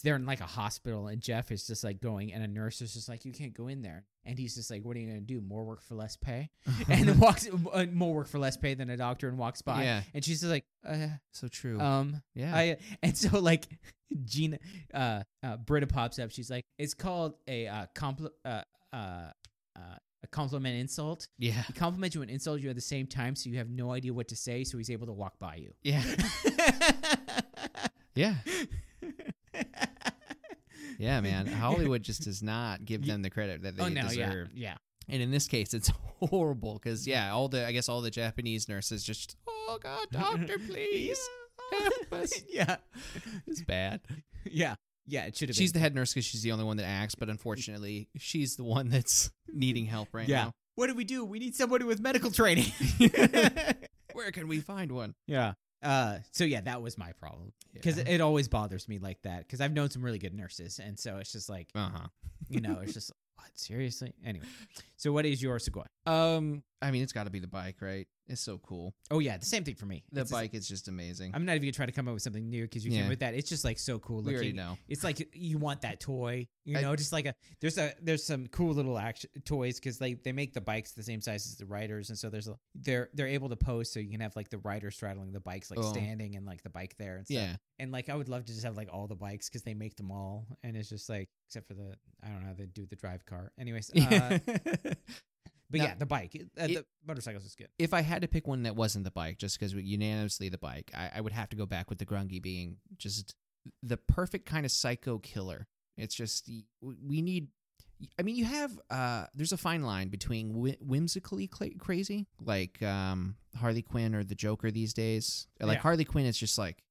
they're in like a hospital and Jeff is just like going and a nurse is just like, "You can't go in there," and he's just like, "What are you gonna do? More work for less pay?" and walks uh, more work for less pay than a doctor and walks by.
Yeah.
And she's just like, uh,
so true.
um,
yeah,
I and so like Gina uh, uh Britta pops up. She's like, it's called a uh, compl- uh, uh, uh, a compliment insult.
yeah,
He compliments you and insults you at the same time, so you have no idea what to say. So he's able to walk by you.
yeah, yeah, yeah, man. Hollywood just does not give
Ye-
them the credit that they
oh no!
deserve.
Yeah,
And in this case, it's horrible because yeah, all the I guess all the Japanese nurses just oh god,
yeah.
doctor, please help us.
yeah,
It's bad.
yeah, yeah. It should have.
She's
been.
the head nurse because she's the only one that acts, but unfortunately, she's the one that's needing help right
Yeah.
now.
What do we do? We need somebody with medical training.
Where can we find one?
yeah. Uh. So yeah, that was my problem. because it always bothers me like that because i've known some really good nurses and so it's just like
uh huh.
you know it's just what seriously anyway so what is your sequoia
Um, I mean, it's got to be the bike, right? It's so cool.
oh yeah the same thing for me
The
It's just-
bike is just amazing.
i'm not even gonna try to come up with something new because you
Yeah.
came with that it's just like so cool
we already
looking
know.
it's like you want that toy you
I-
know just like a there's a there's some cool little action toys because they they make the bikes the same size as the riders and so there's a, they're they're able to pose so you can have like the rider straddling the bikes like
Oh.
standing and like the bike there and stuff.
Yeah,
and like I would love to just have like all the bikes because they make them all, and it's just like except for the I don't know how they do the drive car. Anyways, uh, but
Now-
yeah, the bike, it- uh,
It-
the motorcycles is good.
if I had to pick one that wasn't the bike, just because unanimously the bike, I, I would have to go back with the Grungy being just the perfect kind of psycho killer. It's just y- we need. I mean, you have uh, there's a fine line between whi- whimsically cla- crazy, like um, Harley Quinn or the Joker these days. Like
Yeah.
Harley Quinn is just like,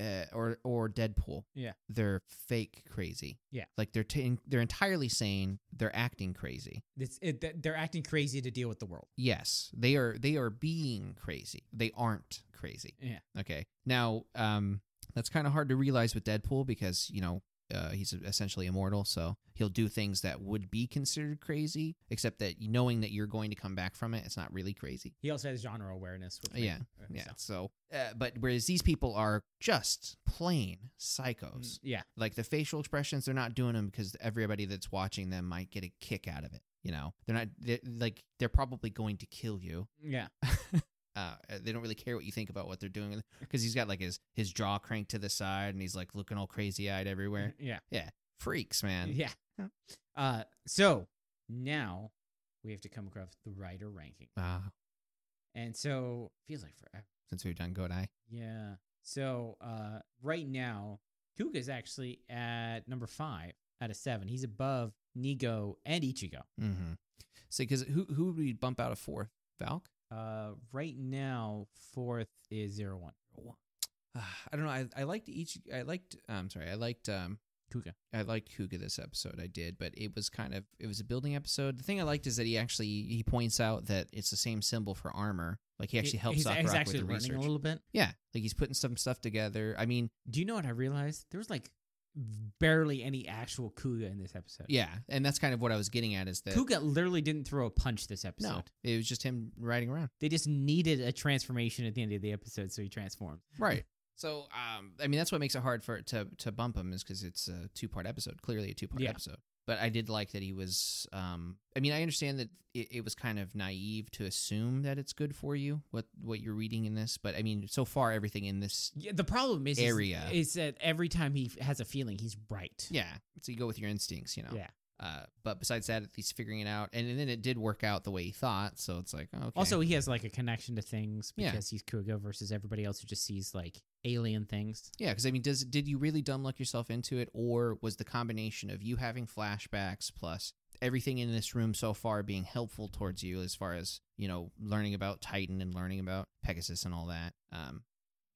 uh, or or Deadpool.
Yeah.
they're fake crazy.
Yeah.
like they're t- they're entirely sane. They're acting crazy.
It's it, th- they're acting crazy to deal with the world.
Yes, they are. They are being crazy. They aren't crazy.
Yeah.
Okay. Now, um, that's kind of hard to realize with Deadpool because you know uh, he's essentially immortal, so he'll do things that would be considered crazy, except that knowing that you're going to come back from it, it's not really crazy.
He also has genre awareness. With
Yeah, Yeah. So, uh, but whereas these people are just plain psychos.
Mm, yeah,
Like the facial expressions, they're not doing them because everybody that's watching them might get a kick out of it. You know, they're not they're, like they're probably going to kill you
yeah,
uh, they don't really care what you think about what they're doing because he's got like his his jaw cranked to the side and he's like looking all crazy eyed everywhere.
Mm, yeah,
Freaks, man.
Mm-hmm. yeah. Uh, so now we have to come across the rider ranking,
Uh,
and so feels like forever.
since we've done Godai,
Yeah. So uh, right now, Kuga's actually at number five out of seven. He's above Nigo and Ichigo.
mm-hmm. See, because who who would we bump out of fourth? Valk.
Uh, right now, fourth is zero one.
Ah, I don't know. I, I liked each. I liked. I'm sorry. I liked. Um,
Kuga.
I liked Kuga this episode. I did, but it was kind of it was a building episode. The thing I liked is that he actually he points out that it's the same symbol for armor. Like he actually helps
he's,
Sakurako
he's actually
with the
learning
research.
a little bit.
Yeah, like he's putting some stuff together. I mean,
Do you know what I realized? There was like barely any actual Kuga in this episode.
Yeah, and that's kind of what I was getting at is that
Kuga literally didn't throw a punch this episode.
no, it was just him riding around.
They just needed a transformation at the end of the episode, so he transformed.
Right. So, um, I mean, that's what makes it hard for to to bump him is because it's a two part episode, clearly a two part
Yeah.
episode. But I did like that he was. Um, I mean, I understand that it, it was kind of naive to assume that it's good for you what what you're reading in this. But I mean, so far everything in this,
Yeah, the problem is is-
Area.
is, that every time he f- has a feeling, he's right.
yeah, so you go with your instincts, you know.
Yeah.
Uh, but besides that, he's figuring it out, and, and then it did work out the way he thought. So it's like, oh, okay.
Also, he has like a connection to things
Yeah.
because he's Kuga versus everybody else who just sees like alien things.
Yeah, because I mean, does did you really dumb luck yourself into it, or was the combination of you having flashbacks plus everything in this room so far being helpful towards you as far as you know learning about Titan and learning about Pegasus and all that? Um,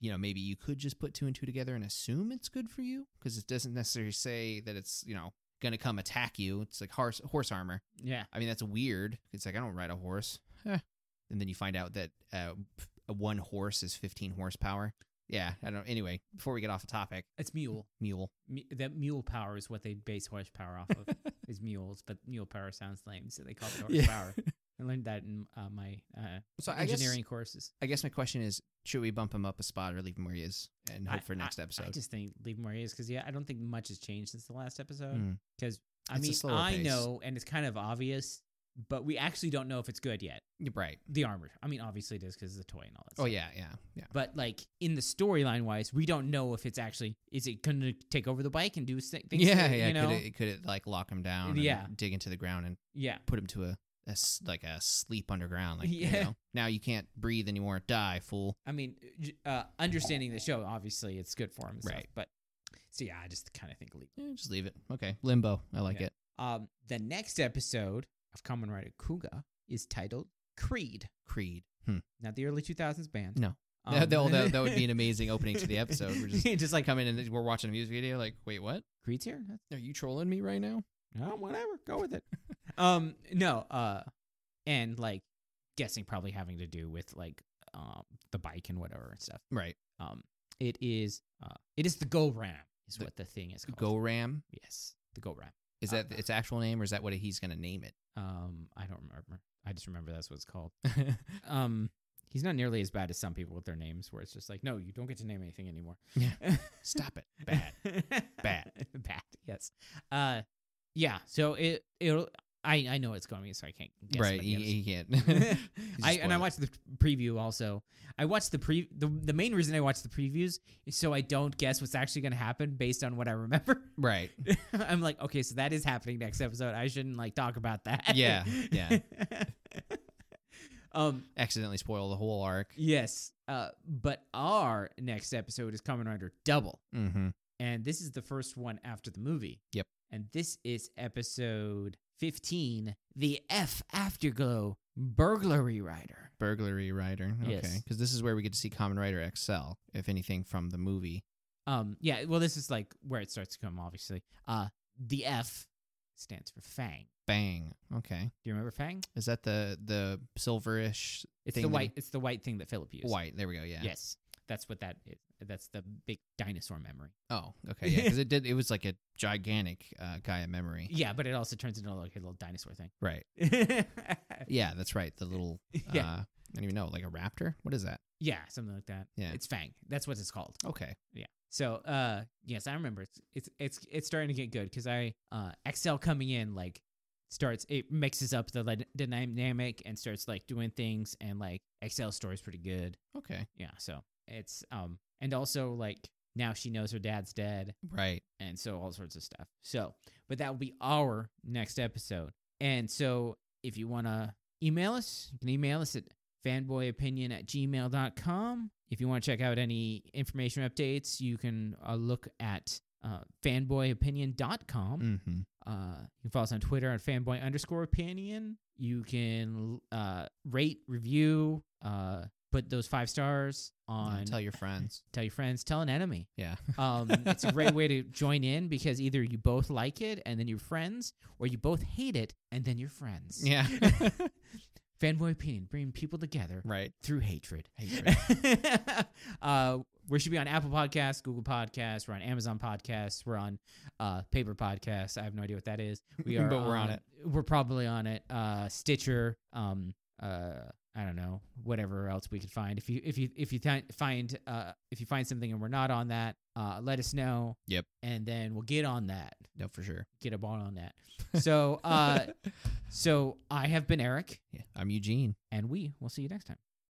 you know, maybe you could just put two and two together and assume it's good for you because it doesn't necessarily say that it's you know going to come attack you. It's like horse horse armor.
Yeah.
I mean, that's weird. It's like I don't ride a horse. Eh. And then you find out that uh, f- one horse is 15 horsepower. Yeah, I don't. Anyway, before we get off the topic,
It's mule.
mule.
Mu- that mule power is what they base horsepower off of is mules, but mule power sounds lame, so they call it
Yeah.
horsepower. I learned that in uh, my uh,
So I guess
engineering courses.
I guess my question is, should we bump him up a spot or leave him where he is and hope
I-
for next
I
episode?
just think leave him where he is because yeah, I don't think much has changed since the last episode.
Mm.
Because I
It's a
mean,
slower
I
pace.
know, and it's kind of obvious, but we actually don't know if it's good yet.
You're right.
The armor. I mean, obviously it is because it's a toy and all that.
Oh
stuff.
yeah, yeah, yeah.
But like in the storyline wise, we don't know if it's actually is it going to take over the bike and do s- things. to
yeah,
it,
yeah. e-,
You know?
Could, it, could it like lock him down?
Yeah.
And dig into the ground and
yeah.
put him to a, a s- like a sleep underground. Like you
Yeah.
know, now you can't breathe anymore. Die, fool.
I mean, j- uh, understanding the show, obviously, it's good for him, and stuff,
Right.
But so yeah, I just kind of think leave.
Eh, just leave it. Okay, limbo. I like
Yeah.
it.
Um, the next episode of Common Rider Kuga is titled Creed,
Creed. Hmm.
not the early 2000s band. Um,
No. that, that, that- that would be an amazing opening to the episode. We're just,
just like
come in and we're watching a music video. Like, wait, what?
Creed's here. That's-
Are you trolling me right now?
No, whatever, go with it. um, no, uh, and like guessing probably having to do with like um the bike and whatever and stuff.
Right.
Um, it is uh, it is the Go Ram is
The
what the thing is called.
Go Ram.
yes, the Go Ram.
Is that its actual name, or is that what he's gonna name it?
Um, I don't remember. I just remember that's what it's called. Um, he's not nearly as bad as some people with their names, where it's just like, no, you don't get to name anything anymore.
Yeah. Stop it. Bad. Bad.
bad. Yes. Uh, yeah. So it it'll. I I know it's going to be, so I can't. Guess
right.
by
He,
the
he
episode.
can't.
I and I
spoiled.
watched the preview also. I watched the pre the, the main reason I watched the previews is so I don't guess what's actually going to happen based on what I remember.
right.
I'm like, okay, so that is happening next episode. I shouldn't like talk about that.
Yeah, yeah.
um.
Accidentally spoil the whole arc.
Yes. Uh. But our next episode is Kamen Rider Double,
Mm-hmm.
and this is the first one after the movie.
Yep.
And this is episode 15, the F Afterglow Burglary Rider.
Burglary Rider. Okay. Because
Yes.
this is where we get to see Common Rider excel, if anything, from the movie.
Um. Yeah. Well, this is like where it starts to come. Obviously. Uh. The F stands for Fang.
Bang. Okay.
Do you remember Fang?
Is that the the silverish
It's
Thing
the
that
white. It's the white thing that Philip used.
white? There we go. Yeah.
Yes, that's what that is. That's the big dinosaur memory.
Oh, okay. Yeah, because it did. It was like a gigantic uh, Gaia memory.
Yeah, but it also turns into like a little dinosaur thing.
Right. Yeah, that's right. The little.
Yeah.
Uh, I don't even know. Like a raptor. What is that?
yeah, something like that.
Yeah.
It's Fang. That's what it's called.
Okay.
So, uh, yes, I remember. It's it's it's, it's starting to get good because I uh, Excel coming in like starts it mixes up the, like, the dynamic and starts like doing things and like Excel story's pretty good.
Okay.
Yeah, so it's um and also like now she knows her dad's dead
Right.
and so all sorts of stuff. So, but that will be our next episode. And so, if you want to email us, you can email us at fanboyopinion at gmail.com. If you want to check out any information updates, you can uh, look at uh, fanboyopinion.com.
Mm-hmm.
Uh, you can follow us on Twitter at fanboy underscore opinion. You can uh, rate, review, uh, put those five stars on.
Tell your friends.
tell your friends, tell an enemy.
Yeah.
Um, it's a great way to join in because either you both like it and then you're friends, or you both hate it and then you're friends.
Yeah.
fanboy opinion, bringing people together
Right.
through hatred.
Hatred.
uh, we should be on Apple Podcasts, Google Podcasts. We're on Amazon Podcasts. We're on uh, Paper Podcasts. I have no idea what that is. We are,
But we're on it.
We're probably on it. Uh, Stitcher. Um, uh, I don't know whatever else we could find. If you if you if you th- find uh, if you find something and we're not on that, uh, let us know.
Yep.
And then we'll get on that.
no, for sure.
Get a ball on that. So uh, so I have been Eric,
yeah, I'm Eugene.
and we will see you next time.